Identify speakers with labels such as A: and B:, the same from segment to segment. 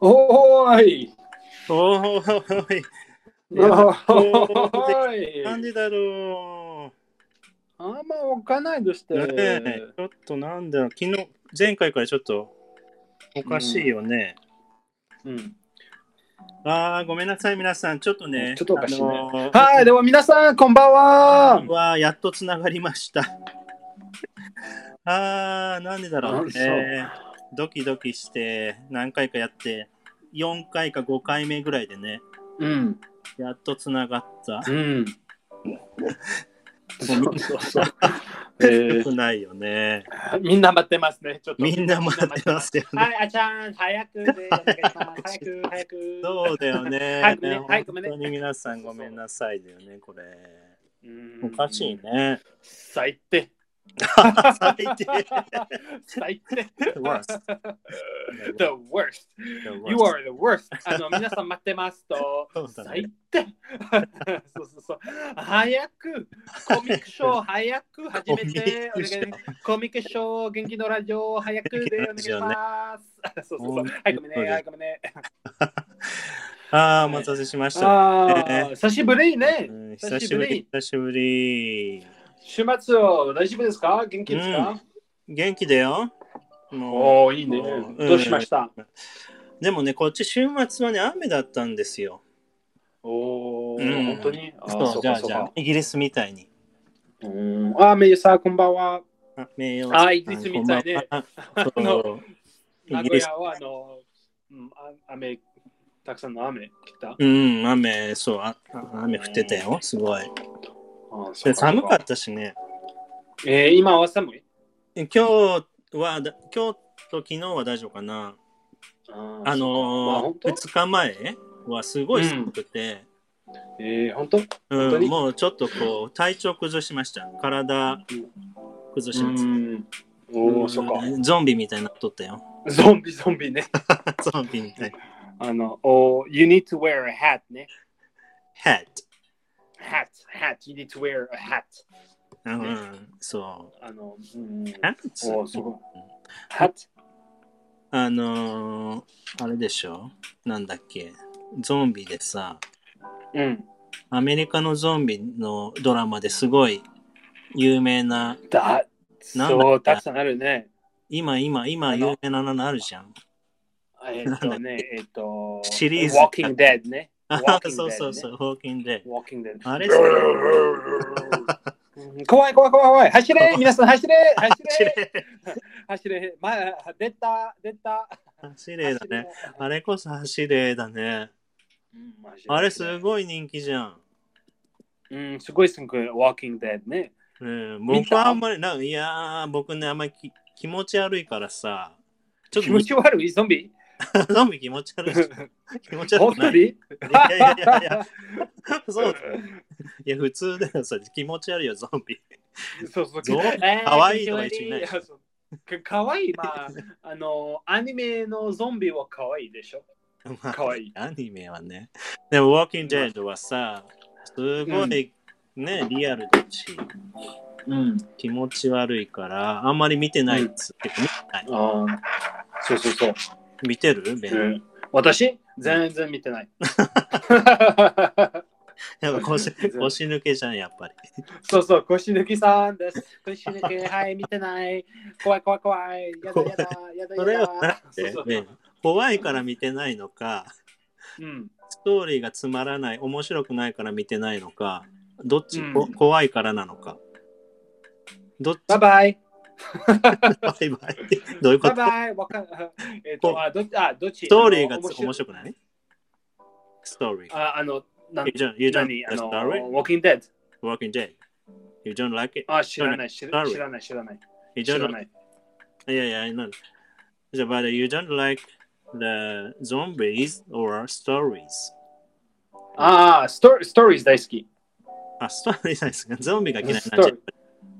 A: おーい
B: おーい
A: お
B: いや
A: ーい
B: 何時だろ
A: あんま置かないとして
B: う、ねえちょっとなんだろう昨日、前回からちょっとおかしいよね。
A: うん
B: ああ、ごめんなさい、皆さん。ちょっとね、
A: ちょっとおかしいね
B: あのー
A: はい、では皆さん、こんばんは
B: わーやっとつながりました。あー、なんでだろう
A: あ
B: ね
A: そう。
B: ドキドキして、何回かやって、4回か5回目ぐらいでね、
A: うん、
B: やっとつながった。
A: うん。 そうそうそう。え
B: よ
A: ー
B: くないよね。
A: みんな待ってますね、ちょっと。
B: みんな待ってますよね。
A: はい、あちゃん、早くでお願いします。早く、早く。
B: そうだよ ね。
A: はいごめんねはいごめ
B: 本
A: んね
B: 当に皆さんごめんなさいだよ ね、これ。
A: うん
B: おかしい。ね。
A: 最低。
B: 最 低。
A: 最低。
B: worst.
A: The worst. You are the worst. あの、皆さん待ってますと。
B: そうだね
A: 最低。 そうそうそう。早く、コミックシ ョー早く始めて。お
B: コミック
A: 願い
B: ショー
A: コミックショー、元気のラジオ早くでお願いし ます。そうそうそう。はい、ごめんね。はい、ごめんね。
B: ああ、お待たせしました。
A: ああ、久しぶりね
B: う。ん久しぶり、久しぶり。
A: 週末を大丈夫ですか元気ですか、
B: 元気だよ。も
A: おお、いいね。
B: うん
A: どうしました、
B: うでもね、こっち週末はね、雨だったんですよ。
A: おお、
B: うん
A: 本当にあー
B: そう、じゃあじゃあ
A: か、
B: イギリスみたいに。
A: うんあー、メイさん、こんばんは。
B: あ、名誉
A: あイギリスみたいね。
B: こんばん
A: あの、
B: はそう
A: 名
B: イギ
A: 古
B: リス
A: 屋はあの、うん、あ雨、たくさんの雨来た。
B: うん、雨、そう、ああ雨降ってたよ、すごい。
A: あーそ
B: で
A: う
B: 寒か
A: そう
B: ったしね。
A: えー、今は寒い
B: 今日はだ、今日と昨日は大丈夫かな。
A: あー
B: あ
A: まあ
B: の
A: 本当
B: ー、2日前はすごい寒くて、
A: えー、本当
B: うん
A: 本当に
B: もうちょっとこう、体調崩しました。体崩しました。
A: ん。おお、そっか。
B: ゾンビみたいになっとったよ。
A: ゾンビ、ゾンビね。
B: ゾンビみたいな。
A: あの、おー you need to wear a hat ね。
B: hat。
A: hat, hat, you need to wear a hat.
B: うんうん、そう。
A: あの、うん、おー
B: hat?
A: すごい。hat?
B: あのー、あれでしょなんだっけゾンビでさ、
A: うん。
B: アメリカのゾンビのドラマですごい有名な、
A: だ、
B: なんだ
A: そう、たくさんあるね。
B: 今今今
A: あの
B: 有名なのあるじゃん。
A: えっとね、えっと、
B: シリーズ
A: Walking Dead ね。Walking
B: そうそうそう、
A: Dead
B: ウォーキングデ
A: ね。Walking Dead。
B: あれ
A: 怖い怖い怖い怖い。走 れ皆さん走れ走
B: ー。走
A: れ
B: れ
A: 走れまあ、出た出た
B: 走れだね。。あれこそ走れだね。
A: うん走
B: あれすごい人気じゃん。
A: うん、すごいすごい。Walking Dead ね。
B: うん、
A: 見
B: 僕
A: た
B: はあんまり、なんいやー、僕ね、あんまりき気持ち悪いからさ、ちょっ
A: 気持ち悪いゾンビ
B: とゾンビ気持ち悪いし、 気持ち悪
A: 本
B: くな
A: 当
B: い。い
A: に
B: やいやいやいや、そうだよいや、普通だよ、それ気持ち悪いよ、ゾンビ。
A: そうそう。
B: ゾンかわいいとか一緒にない
A: かかわいい、まあ、あの、アニメのゾンビはかわいいでしょ。
B: まあ
A: かわいい
B: アニメはね。でも、Walking Dead はさ、すごい、ね、リアルだし、
A: うん。
B: 気持ち悪いから、あんまり見てないっつって、見てない
A: ああ、そうそうそう。
B: 見てるベン
A: うん私、全然見て ない。
B: やっぱ腰腰抜けじゃん、やっぱり。
A: そうそう、腰抜きさんです。腰抜け、はい、見てない。怖い怖い怖い。やだやだやだ
B: それ
A: や
B: はなん
A: だ。
B: で
A: そうそ
B: ね
A: う、
B: 怖いから見てないのか、
A: うん。
B: ストーリーがつまらない、面白くないから見てないのか、どっち、
A: うん
B: こ怖いからなのか。どっち
A: バイバイ。
B: バイバイってどういうこ
A: バイバ
B: と
A: イ。わかん えっと、あ、どっち、あ、どっち
B: ストーリーが
A: あの
B: つ面白くないストーリー。
A: あ、あの、なん
B: You don't, you don't
A: 何
B: like
A: あ
B: the
A: の、
B: story?
A: Walking Dead。
B: Walking Dead. You don't like it?
A: あ、知らない、知ら
B: Sorry.
A: 知らない、知らない。
B: You
A: 知
B: don't
A: ら
B: like
A: ない。
B: いやいや、I know. But you don't like the zombies or stories.
A: ああ、ストストーリーズ大好き。
B: あ、ストーリーなんですかゾンビが嫌いになっ
A: ス
B: ち
A: ト
B: ゃ
A: ー
B: う
A: リ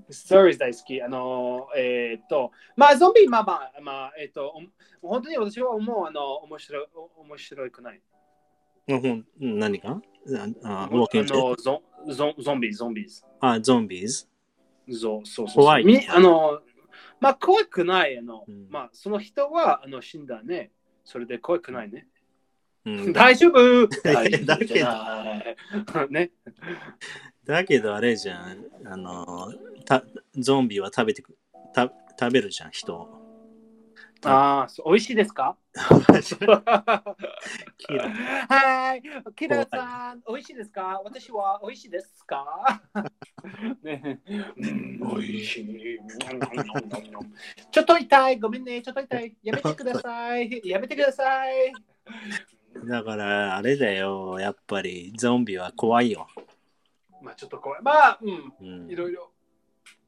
A: ー。ストーリーズ大好き。あのー、えーっと、まあ、ゾンビ、まあまあ、まあ、えーっと、お本当に私は思う、あの、面白い、お面白くない。
B: もうほんうん何がああ
A: あ
B: Walking Dead
A: のゾンゾンゾンビ、ゾンビ。
B: あ、ゾンビーズ。
A: そうそうそう。
B: 怖い
A: みあの、まあ、怖くないあの、
B: うん
A: まあ、その人はあの死んだね。それで怖くないね。
B: うんだ
A: 大丈 夫
B: だけど
A: 大丈夫じゃない ね。
B: だけどあれじゃん、あの、たゾンビは食べてく、た食べるじゃん、人を。
A: ああ、そう美味しいですか
B: キラ
A: はい、キラさん、美味しいですか私は美味しいですか ね、うん美味しい。 ちょっと痛い、ごめんね、ちょっと痛い。やめてください。やめてください。
B: だから、あれだよ、やっぱりゾンビは怖いよ。
A: まあちょっと怖い。まあ、う
B: うん
A: ん、いろいろ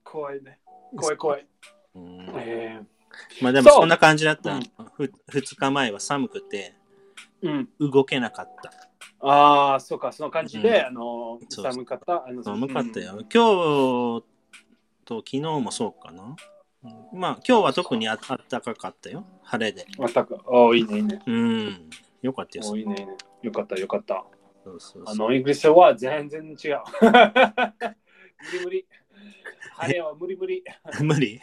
A: 怖いね。怖い怖い。
B: うん
A: え
B: まあでも
A: そう
B: そんな感じだった。
A: うん
B: ふ2日前は寒くて
A: ーうん、
B: 動けなかった。
A: ああ、そうか、その感じで、
B: うん
A: あの
B: そうそう
A: 寒かった。あの
B: 寒かったよ。。今日と昨日もそうかな。うんまあ今日は特にああったかかったよ。晴れで。
A: うん、全く。おいいね、いいね。
B: うん。よかったよ。そ
A: おいいね、いいね。よかった、よかった。
B: うそう
A: あ
B: そう
A: の、イングリッシュは全然違う。 無理無理。晴れは無理無理。
B: 無理。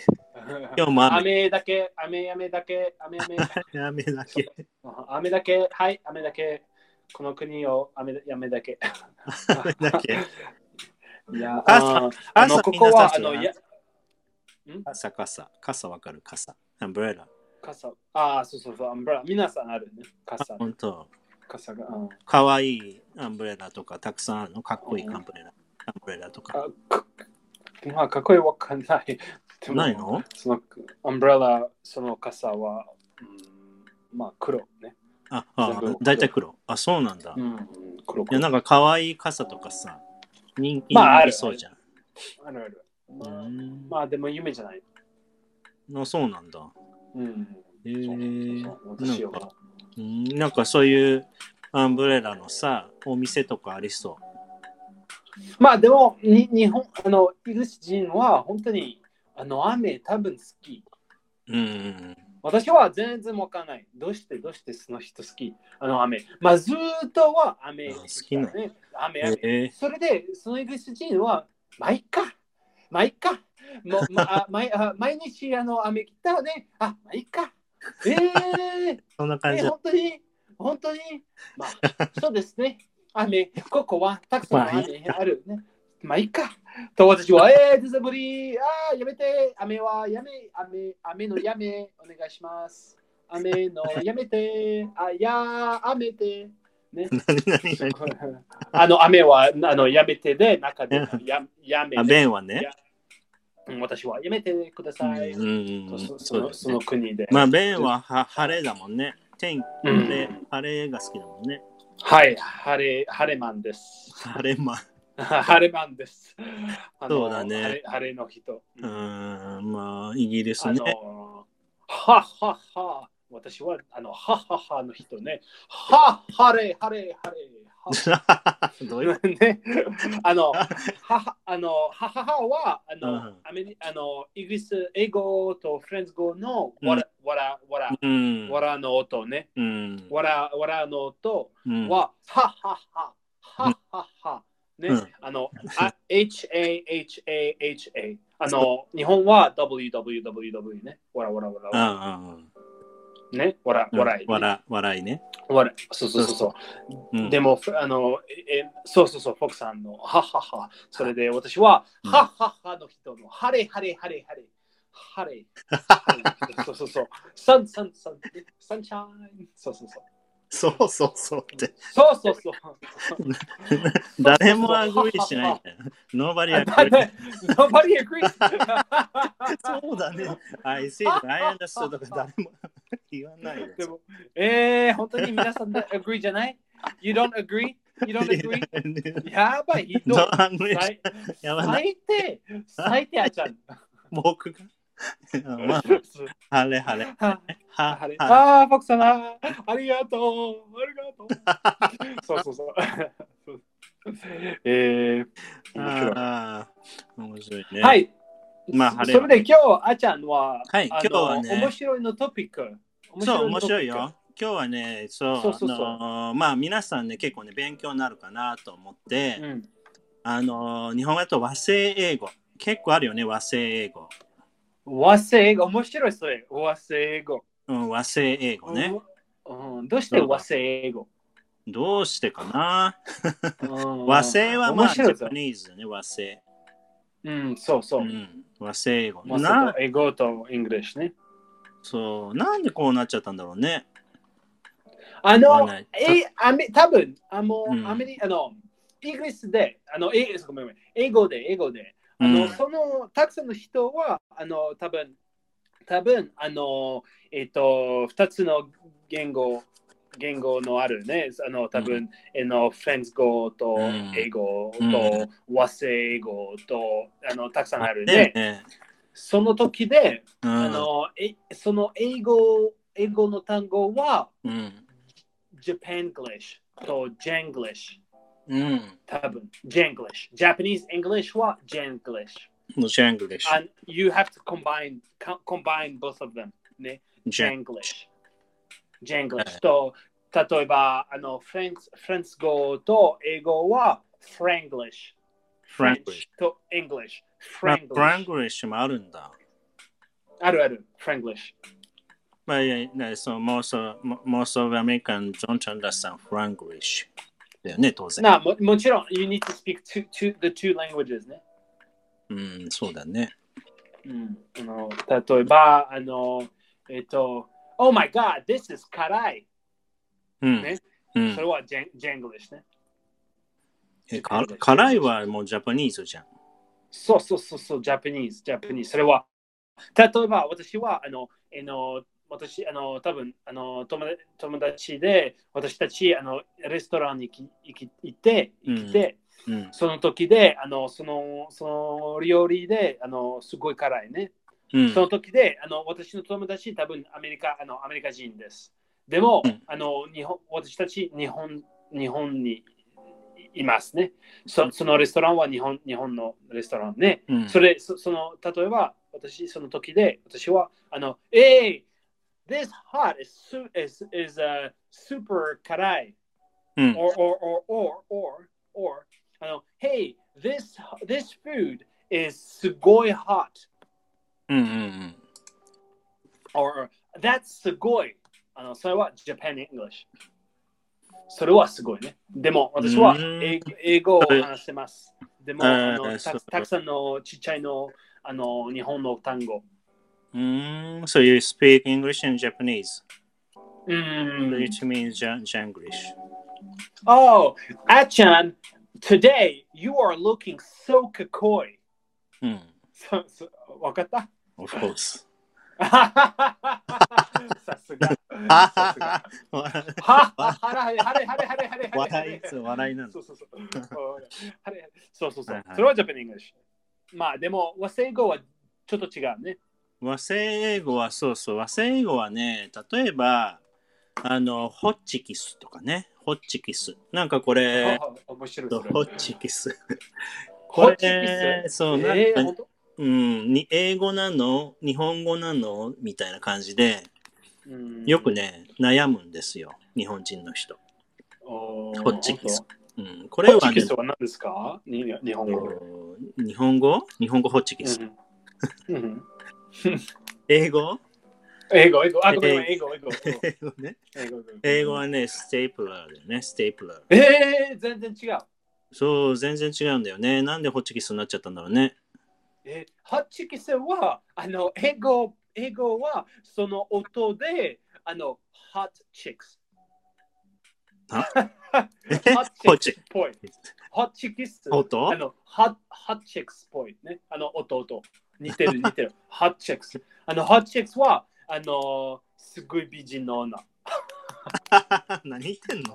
B: 今日も雨。
A: 雨だけ、雨、雨だけ、雨、雨、
B: 雨だけ。
A: 雨だけ、はい、雨だけ。この国を雨雨だけ。
B: 雨だけ。
A: いや、
B: 朝
A: あーあ
B: 朝
A: の、ここは、あの、いや、
B: 傘、傘。傘わかる傘。アンブレラ。
A: 傘。ああ、そうそうそう、アンブラ。皆さんあるね。傘、
B: 本当。
A: 傘が。うん
B: かわいいアンブレラとかたくさんあるの。かっこいいアンブレラ。アンブレラとか。
A: あかまあ、かっこいいわかんない。でも
B: ないの
A: その、アンブララ、その傘は、うん、まあ、黒ね。
B: あ、あ
A: 全部
B: だいたい黒。あ、そうなんだ。
A: うん、黒
B: いや、
A: 黒。
B: なんか可愛い傘とかさ、人気に
A: まあ
B: なりそうじゃん。
A: あるある。
B: うーん
A: まあでも夢じゃない。
B: あ、そうなんだ。
A: うん。
B: へ
A: そうそう
B: ー
A: そう私
B: なんか
A: は。
B: うんなんかそういうアンブレラのさ、お店とかありそ
A: まあでも、に日本、あの、イギリス人は本当に、あの、雨多分好き。
B: う。うんうん
A: 私は全然わかんない。どうしてどうしてその人好きあの雨。まあずーっとは雨、
B: あ好きなの
A: ね。雨、
B: うん。
A: 雨。
B: え
A: それで、そのイギリス人は、まあいっか、まあいっか、もう、まあ、毎あ毎日あの雨来たね、あ、まあいっか、えー、
B: そんな感
A: え
B: じだ。
A: 本当に、本当に、まあ、そうですね、雨、ここはたくさん
B: まあい
A: 雨あるね。まあいっか。と私は、えー、デザブリー、あー、やめて、雨はやめ、雨、雨のやめ、お願いします。雨のやめて、あ、いやー、雨 で。
B: 何何何
A: あの雨はあのやめてで、中でややめ
B: あ、
A: て、
B: ベンはね。
A: うん私はやめてくだ
B: うん
A: さい。
B: うんう
A: そ
B: ん。
A: そ
B: そ
A: そう
B: だ
A: のそ
B: よ
A: の
B: ね。
A: 国で、
B: まあ、ベンはは晴れだもんね。天気
A: うん
B: で晴れが好きだもんね。
A: はい、晴れ、晴れマンです。
B: 晴れま。
A: 晴れマンです。あの
B: そうだね
A: 晴れ晴れの人。
B: うーん、まあ、イギリス
A: あの
B: ね。
A: はっはっは。私はあのはっはっはの人ね。は晴れ晴れ晴れ。は
B: どういうこ
A: ね、あの、母あの母はあの、
B: うん
A: アメリあのイギリス英語とフランス語のわら、わらわら
B: とうん。
A: わらの音ね。
B: うん。
A: わらわらの音
B: うん
A: は、はははははは。ね、
B: うん
A: あの、あ HAHAHA。あの、日本は WWWW ね。わらわらわ
B: う
A: ら。
B: んうんうん。
A: ね、わら、わらい、ね。
B: 笑笑いね。
A: わら。そうそうそうそう。
B: うん
A: でも、ふあの、え、えそうそうそう、フォクさんの、はっはっは。それで私は、
B: うん
A: はっはっはの人の、晴れ晴れ晴れ晴れ。晴れ。そうそうそう。サンサンサン、サンシャイン。そうそうそう。
B: そうそうそうって。
A: そうそう そう。
B: 誰もアグリしないんだよ。Nobody
A: あ
B: agree.
A: だ Nobody agrees.
B: そうだね。I see, I understood とか誰も言わないよ。
A: でも、えー、本当に皆さんで agree じゃない ?You don't agree? You don't agree? やばい、ひどい
B: Don't。agree.
A: 最
B: やば
A: 最
B: い。
A: 低、最低あちゃん。
B: 僕が。まあ、晴れ晴れ。は
A: あれ
B: は
A: ああ、フォクさん、ありがとう、ありがとう。そうそうそう。えー、面
B: ああ、面白い
A: 白
B: ね。
A: い。は。い。
B: まあ晴れ
A: それで今日、あちゃんは、
B: はい
A: あの
B: 今日はね
A: 面白いのトピック。
B: そう、
A: のト
B: 面
A: ピッ
B: 白
A: ク
B: いよ。。今日はね、そう、
A: そうそうそう
B: あのーまあ皆さんね、結構ね、勉強になるかなと思って、
A: うん、
B: あのー日本語だと和製英語。結構あるよね、和製英語。
A: 和製英語、面白いそれ。和製英語。
B: うん、和製英語ね。
A: うん。うんどうして和製英語
B: どうしてかな
A: うん
B: 和製はま
A: 面
B: あ、ジ
A: 白い
B: ャ
A: ぞ
B: パ。ニーズね、和製。
A: うん、そうそうう。
B: ん、和製英語。
A: ま
B: な
A: さ、英語とイングリッシュね。
B: そう、なんでこうなっちゃったんだろうね。
A: あ
B: わ
A: の
B: かんない、
A: え、アメ、多分あの、
B: うん
A: アメリカの、イギリスで、あの、え、ごめんごめん、英語で、英語で、
B: う
A: あの、
B: ん、
A: その、たくさんの人は、あの、多分多分あの、えっ、と、二つの言語、言語のあるね、あの、多
B: う
A: 分えの、フレンズ語と
B: うん
A: 英語と、
B: う
A: 和製英語と、あの、たくさんある
B: だよ
A: ね。
B: ね。
A: その時で、
B: うん
A: あの、えその英語、英語の単語は、
B: うん。
A: Japanglish と Janglish。
B: うん。
A: 多分 Janglish。Japanese English は Janglish。
B: のジャングルでしょ。
A: And you have to combine, co- combine both of them. ね。
B: ジャン
A: Janglish。Janglish と、例えば、あの、フランス、フランス語と英語は Franglish。
B: フラングリッシ
A: French と English。
B: ュ。まあフラン
A: Franglish。
B: グリッシュもあるんだ。
A: あるある。Franglish。
B: まあ、いやいやそう、most of, most of American don't understand Franglish。だよね、当然。
A: なあも、もちろん、you need to speak two, two, the two languages ね。
B: うん、そうだね。
A: うんあの例えば、あの、えっと、Oh my god, this is 辛い。
B: うん。
A: ね
B: うん
A: それ、はジェンジェングリッシュね。
B: えか辛いはもうジャパニーズじゃん。
A: そうそうそうそう、ジャパニーズ、ジャパニーズ。それは、例えば私は、あの、えの私、あの、多分あの友達友達で、私たち、あの、レストランに行き行き行って、
B: うん
A: 行って、
B: うん。
A: その時で、あの、その、その料理で、あの、すごい辛いね。
B: うん
A: その時で、あの私の友達、多分アメリカあのアメリカ人です。でも、
B: うん
A: あの日本私たち日本日本にいいますねそ。そのレストランは日本日本のレストランね。
B: うん
A: それそその例えば私その時で私はあの、え y this hot is, su- is, is、uh, super 辛い。
B: うん。
A: or or or or or or あの Hey this this food is すごい hot
B: うんうん。
A: or that's すごいあのそれは Japan English それはすごいねでも私は
B: うーん
A: 英英語を話してますでも
B: え
A: あ
B: ー
A: の
B: そ
A: た
B: う
A: たくさんのちっちゃいのあの日本の単語
B: うん。うん。So you speak English and Japanese,
A: うーん
B: which means Ja- Janglish.
A: Oh あっちゃん today you are looking so kakoi
B: うん。
A: そそわかった
B: Of course.
A: さすが。さすが。
B: 笑
A: はははれはれはれはれはれはれ
B: い、そう笑いなんだ
A: そ。うそうそう。はれそうそうそ
B: は
A: う
B: いは。い
A: それはジャパニーグリッシュ。まあでも和製語はちょっと違うね。
B: 和製英語はそうそう、和製英語はね、例えば、あの、ホッチキスとかね、ホッチキス。なんかこ
A: は
B: れ、
A: は面白い
B: ホ
A: それ。
B: ッチキス。
A: ホッチキス
B: れそう、なんか、
A: えー、ほんと
B: うん、に英語なの日本語なのみたいな感じで、
A: うん
B: よくね、悩むんですよ、日本人の人。
A: おー
B: ホッチキス
A: ほんと
B: うん、これ
A: ホッチ
B: は
A: キ
B: ね
A: ス、は何ですかに日本語。
B: うん日本語日本語ホッチキス。
A: うんうん
B: 英語
A: 英語、英語。あ、ごめんごめん、英語、英語。
B: 英語ね。
A: 英語
B: 英語はね、ステープラーだよね、ステープラー。
A: えー、全然違う。
B: そう、全然違うんだよね。なんでホッチキスになっちゃったんだろうね。
A: えハッチキスはあの英語英語はその音であのハッチクス。
B: あ
A: ハ
B: ホ
A: ッ
B: ッ
A: チ
B: チ
A: キスっぽい。ハッチキス
B: 音
A: あのハハッチクスっぽいね。あの音と似てる似て る。ハッチクス。あのハッチクスはあのすごい美人の女。
B: 何言ってんの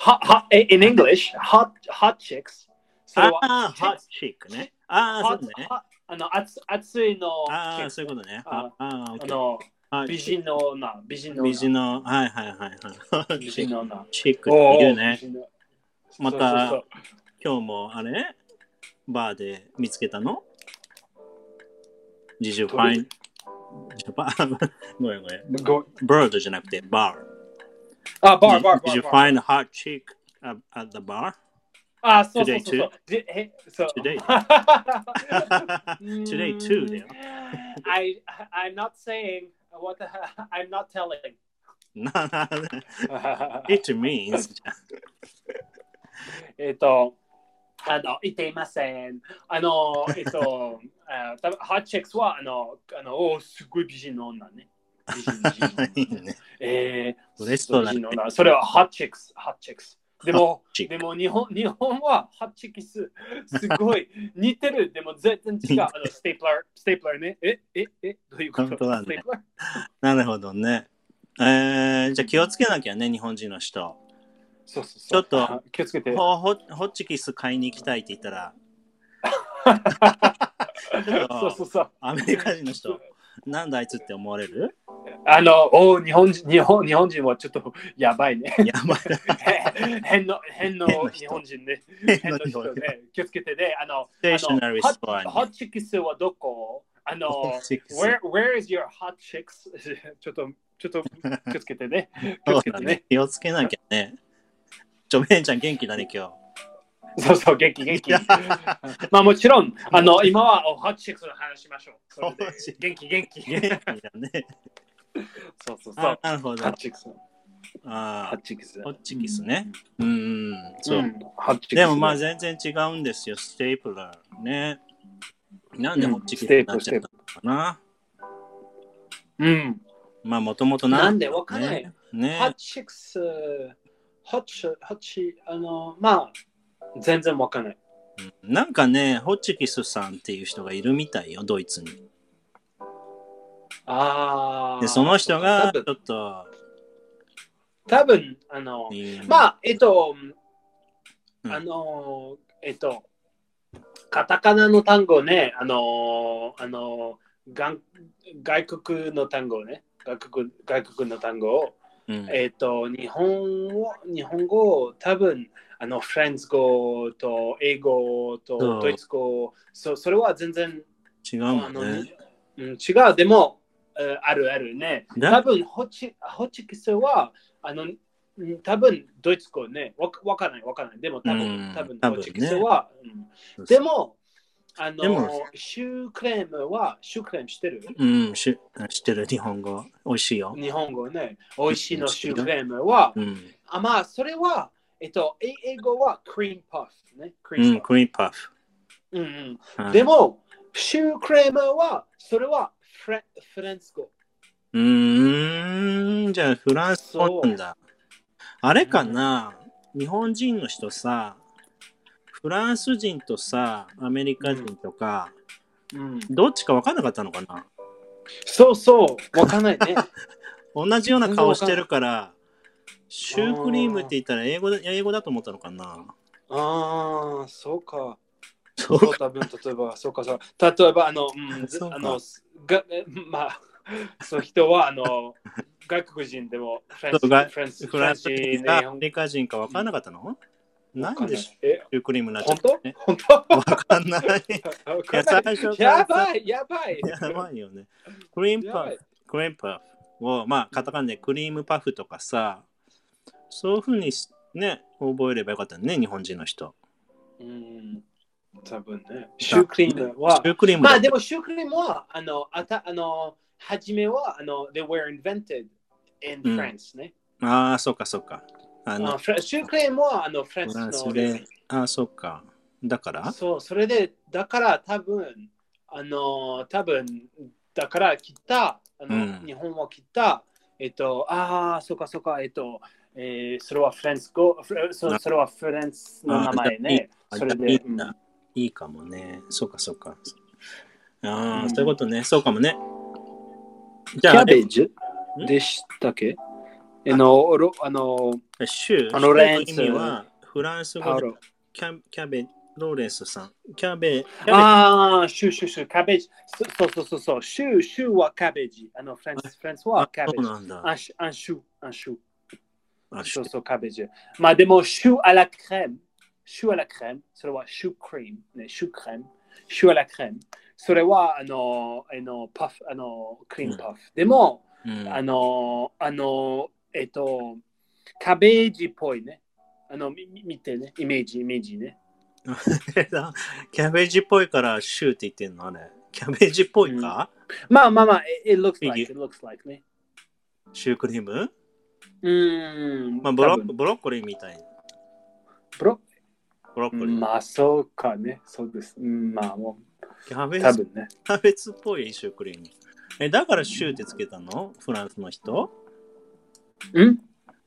A: ハハえ in English ハッハッチクス。それは
B: ああ、ホッチクね。ああ、
A: ハ
B: そうね。
A: ハあの熱熱いの
B: ああ、
A: チ
B: そ
A: ェ
B: うい
A: ッ
B: う
A: ク
B: ことね。
A: あ
B: ああ、オッ
A: あ
B: ケー
A: の
B: はい
A: 美人の女、美人の女。
B: 美人の、はいはいはいはい。
A: 美人の女。
B: チックって言う
A: おー美
B: ね。
A: 人の
B: また
A: そうそう
B: 今日もあれバーで見つけたの ?Did you find? ジャパン ごめんごめん。
A: そうご
B: バードじゃなくてバー。
A: あ、バーバーバ
B: Did you
A: ーバー。
B: find a hot chick at at the bar?
A: あ、そうそうそうそう
B: Today too？。
A: じえ、そう。
B: Today. Today too だよ
A: I, I'm not saying what I'm not telling.
B: なな It means
A: えっと、あの、言っていません。あの、えっと、 あ多分ハッチェックスは、あの、あのおーすごい美人の女ね。美人美 人の女
B: いいね。
A: え
B: レ
A: ー、
B: ストラン
A: 美人の女それはハッチェックス、ハッチェックス。でも
B: ハッチェッ、ク
A: でも日本日本はハッチェックス、すごい似てる、でも全然違う。あの、ステープラー、ステープラーね。え、え、え、どういうこと
B: 本当だね
A: ステープラー
B: なるほどね。えー、じゃあ気をつけなきゃね、日本人の人。
A: そうそうそう。
B: ちょっと
A: あ気をつけて。
B: ほほホッチキス買いに行きたいって言ったら、
A: そうそうそう。
B: アメリカ人の人、なんだあいつって思われる
A: あの、おー日本人、日本、日本人はちょっとやばいね。
B: やばい。
A: 変の、変の
B: 変な人
A: 日本人ね。変
B: 変
A: の
B: な
A: 人
B: 人
A: ね。気をつけてね。あの、
B: ステーショナリー
A: あの
B: ストアに
A: ハッチキスはどこあ の、
B: ホッチキス
A: where, where is your hot chicks? ちょっと、ちょっと気をつけてね。気
B: そ
A: を
B: う
A: つけ
B: だ
A: て
B: ね
A: ね。。
B: 気をつけなきゃね。ちょ、めんちゃん元気だね、今
A: そうそう、元気元気
B: いや。
A: まあもちろん、あの、今はおハッチキスの話しま しょう。それで
B: ホッチ
A: 元気元
B: 日。
A: 気。
B: 元気だね。
A: そう そうそう
B: あ。なるほど
A: ハッ。チキス。
B: あ
A: ハ
B: ー
A: ッチキス。
B: ホッチキスね。うんうん、そう。
A: ん。ハッチキス。
B: でもまあ全然違うんですよ、ステープラー。ね。なんでホッチキス
A: うん
B: になっちゃったのかな、
A: うん。
B: まあもともと
A: なんでわかんない
B: ね。ね
A: ハッチックス、ハッチ、ハッチ、あの、まあ、全然わかんない。
B: なんかね、ホッチキスさんっていう人がいるみたいよ、ドイツに。
A: ああ。
B: で、その人が
A: 多
B: ち
A: 分
B: ょっと、
A: 多分あの、ま
B: あ、
A: あ、えっと、
B: うん
A: あの、えっと、カタカナの単語ね、あの、あの、がん外国の単語ね、外国外国の単語を、
B: うん
A: えっと、日本語、日本語、多分あの、フランス語と英語
B: そ
A: と
B: う
A: ドイツ語、そそれは全然
B: 違うも
A: あ
B: ん
A: の
B: ね。
A: うん、違う、でも、えーあるあるね。
B: だ
A: 多分ホチホチキスは、あの、うん多分ドイツ語ね、わかわからない、わからない。でも、多
B: う
A: 分、
B: ん
A: 多分
B: 多分ね
A: ホチキスは、うんで、も、あ
B: で
A: の
B: も、
A: シュークレームは、シュークレームしてる
B: うん、し知ってる日本語。美味しいよ。
A: 日本語ね、美味しいのシュークレームは、
B: うん、
A: あまあ、それは、えっと、え英語はクリームパフね、クリ
B: う
A: ーム
B: ん、
A: パ
B: クリーンパフ。
A: フ。うんうん
B: はい
A: でも、シュークレームは、それはフレフランス語。
B: うーん、じゃあフランス語なんだ。あれかな、日本人の人さ、フランス人とさ、アメリカ人とか、
A: うん
B: どっちか分かんなかったのかな
A: そうそう、わかんない ね。
B: 同じような顔してるから、シュークリームって言ったら英語だ英語だと思ったのかな
A: ああ、そうか。
B: そ
A: そうう
B: か。
A: 多分例えば、そうかそう。例えば、あの、うん、ず
B: そうか
A: あの、すがえまあ、 そう人は、あ の、外国人でも、フランス、
B: そ
A: フ
B: うが
A: ランス、
B: フランス
A: 人で
B: 人
A: 日
B: かア
A: 本
B: メリカ人か分かんなかったの、なんでシ
A: え、
B: ュークリームになっちゃ
A: 本
B: った
A: 当
B: のね
A: 本当
B: 分 かん
A: わ
B: ない。
A: か
B: や
A: んない
B: 最初から
A: や
B: さ
A: ばい、やばい。
B: やばいよね。クリーム
A: や
B: パ
A: ば
B: フ
A: い。
B: クリームパフを、まあ、カタカナでクリームパフとかさ、そういうふうにしね、覚えればよかったね、日本人の人。
A: うん、多分ね。シュークリームは
B: シュ、ークリーム
A: ま
B: だ
A: あでも、シュークリームは、あの、あた、あの、初めは、あの、they were invented in
B: うん
A: France ね。
B: ああ、そっかそっか。あの、
A: あフラシュークレームはあのフラン
B: フラン
A: ス
B: ス
A: の
B: で、ああ、そっか。だから
A: そう、それで、だから多分、あの、多分、だから来た、あの、
B: うん
A: 日本を来た、えっと、ああ、そうかそうか、えっと、えー、それはフランス語、フラそ
B: な
A: それはフランスの名前ね。
B: あ
A: それ
B: い
A: で
B: い、な、いいかもね。そうか、そうか。ああ、
A: うん
B: そういうことね。そうかもね。じ
A: キ
B: ゃあ、あれ
A: ジ
B: ん
A: したっけあの、ロあの、
B: シュー
A: あの
B: シュー
A: レンス
B: 意味は、フランス語
A: パウ
B: で
A: ロ。
B: キャキャベ、ローレンスさん。キャベ、キャベ
A: ああ、シューシューシュー、キャベジ。そそうそうそうそう、シューシューはキャベジ。あの、フランス、フランスはキャベ
B: そう
A: ジ。
B: なんだ。
A: un, ch- un chou, un chou.
B: あシ
A: そ
B: ュ
A: うそう、カベージ。まあでも、シューあらクレーム。シューあらクレーム。それはシュークリーム。ね、シュークレーム。シューあらクレーム。それは、あの、あの、パフ、あの、クリームパフ。でも、
B: うん
A: あの、あの、えっと、カベージっぽいね。ああの、みみ見てね、イメージ、イメージね。
B: キャベジっぽいからシューって言ってんのあれ。キャベジっぽいか、
A: まあまあまあ、it- it looks like,
B: 右
A: it looks like ね。
B: シュークリーム
A: うーん。
B: まあブロ
A: 多分
B: ブロッコリーみたい。
A: ブロ
B: ブロッコリー。
A: まあ、そうかね。そうです。うんまあ、も
B: キャ
A: う、
B: ベ
A: 多
B: ツ
A: 分ね。
B: キャベツっぽいシュークリーム。え、だからシューってつけたのフランスの人
A: うん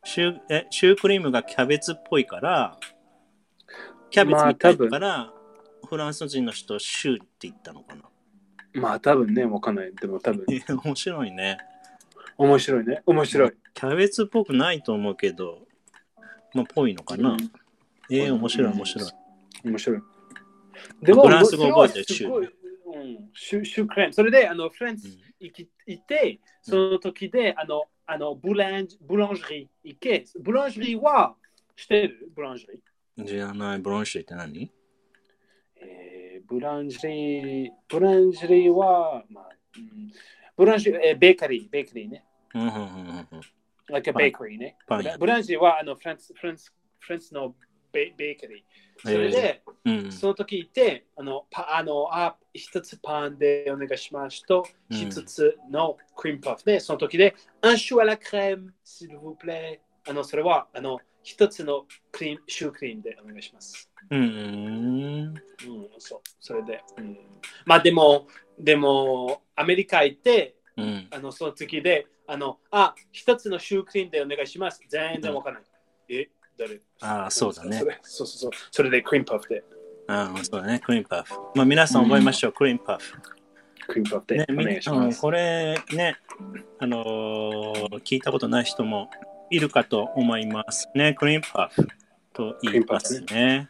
B: シューえシュークリームがキャベツっぽいから、キャベツみたいだから、フランス人の人シューって言ったのかな。
A: まあ、多分ね、わかんない。でも、多分、
B: え面白いね。
A: 面白いね。面白い。
B: キャベツっぽくないと思うけど、まあ、ぽいのかな。
A: うん
B: えー、面白い面白い。
A: 面白い。
B: フランス語覚えてる
A: それはすごいうんシュシュークレーム。それで、あの、フランス行き行って、その時で、あの、あのブランジブランジェリー行け。ブランジェリーは、してるブランジェリー。
B: じゃあない、ブロンシュって何
A: えーブランジェリー、ブランジェリーは、まあ、うんブランジェリー、えーベーカリー、ベーカリーね。
B: うんうんうんうんうん。
A: like a
B: パン
A: bakery ね。
B: パン屋
A: ブランジェリーは、あの、フランス、フランス、フランスのベベーカリー。それで、
B: うん
A: その時いて、あの、パあのあ一つパンでお願いしますと、
B: うん
A: 一つのクリームパフで、その時で、un chou à la crème, s'il vous plaît。あの、それは、あの、一つのクリーム、シュークリームでお願いします。
B: うん。
A: うん、そう、それで。うん、まあ、でも、でも、アメリカ行って、
B: うん。
A: あの、その時で、あの、あ、一つのシュークリームでお願いします。全然わからない。え、誰
B: ああ、そうだね
A: そ。れそうそうそう。それでクリームパフで、
B: うん、そうだね。クリーンパフ。まあ、皆さん覚えましょう。クリーンパフ。
A: クリームパフで
B: ね、
A: お
B: み
A: 願いします。
B: うんこれね、あのー聞いたことない人もいるかと思いますね。クリーンパフと言いますね。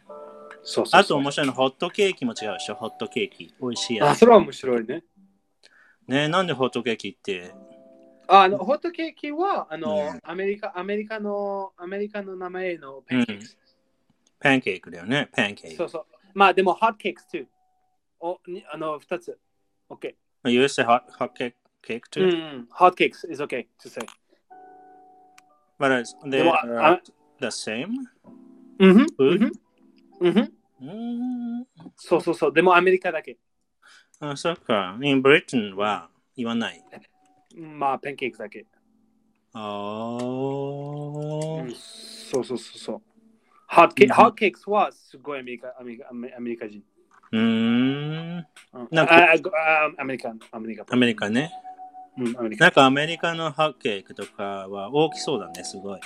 A: そうそうそう
B: あと面白いの、ホットケーキも違うでしょ。ホットケーキ。美味しいや
A: あ、
B: つ。
A: それは面白いね。
B: ね、なんでホットケーキって
A: ああの、ホットケーキは、あの、
B: うん
A: アメリカ、アメリカの、アメリカの名前のパンケーキ。
B: パンケーキだよね。パンケーキ
A: そ。うそう。まあ、でも、ホットケーキ too。お、にあの、二つ。OK。
B: Are you say hot hot cake cake
A: う
B: too?
A: ん、ホットケーキ is okay to say。
B: But it's, they
A: でも
B: are
A: あ
B: the same?
A: うんふん、
B: うん
A: うんふん、うんふん。
B: うーん。
A: そうそうそう。でも、アメリカだけ。
B: あ、そっか。In Britain は言わない。
A: うんまあ、パンケーキだけ。
B: あー
A: うん、そうそうそうそう。ホットケー
B: うん
A: キ、ホットケーキは、すごいアメリカ、アメリカ、アメアメリカ人。
B: うーん。
A: うん
B: なんか
A: ああごあアメリカの、アメリカ。
B: アメリカね。
A: うん、アメリカ。
B: なんかアメリカのホットケーキとかは大きそうだね、すごい。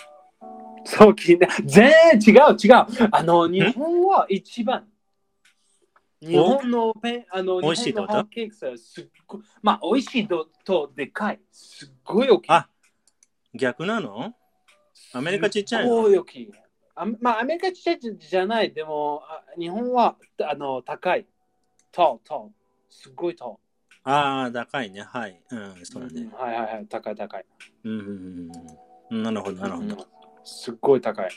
A: そう気にな全然違う違う。あの日本は一番。日本のペンあの
B: 美味し
A: 日
B: いって
A: 本の
B: こと
A: パンケーキはすっごいまあ美味しいととでかい。すっごい大きい。
B: あ逆なのアメリカちっちゃい
A: すっ
B: の
A: ごい大きい。あまあアメリカちっちゃいじゃない。でもあ日本はあの高い。tall tall すっごい tall。
B: ああ、高いね。はい。うん、そうだ
A: うん
B: ね。
A: はいはいはい高い高い。
B: うんうんうんうん。なるほど、なるほ
A: うん
B: ど。
A: すっごい高い。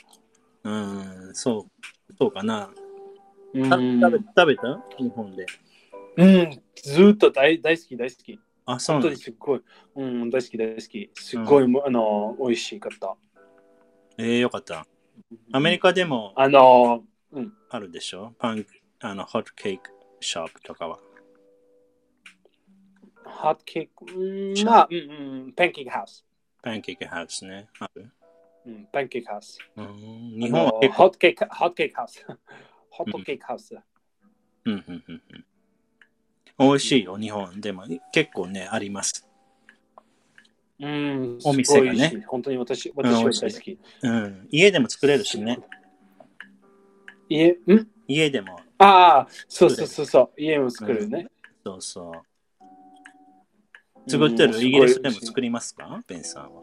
B: うん、そう、そうかな。
A: う
B: た
A: ん、
B: 食べ食べた日本で。
A: うん、ずっと大大好き大好き。
B: あ、そう
A: 本当
B: なん
A: にすっごい、うん、大好き大好き。すっごい、
B: う
A: あの、美味しかった。
B: えー、よかった。アメリカでも
A: あの、
B: あるでしょパン、あの、ホットケーキショップとかは。
A: ハートケーキ、うん、
B: Sure.
A: まあ、うん、うん、パンケーキハウス。
B: パンケーキハウスね。ある
A: うん、パンケーキハウス。
B: うーん日本は
A: あの
B: 結構。
A: ホットケーキ、ホットケーキハウス。ホットケーキハウス。
B: うんうんうんうん美味しいよ、日本。でも結構ね、あります。
A: うん、
B: お店が
A: すごい
B: ね
A: 美味しい。本当に私、私は大好き。
B: うん。家でも作れるしね。
A: いえ、うん
B: 家でも。
A: ああ、そうそうそうそう、家も作るね。
B: そうそう。作って
A: う
B: る
A: ん
B: イギリスでも
A: す
B: 作
A: ごい
B: りますかベンさんは。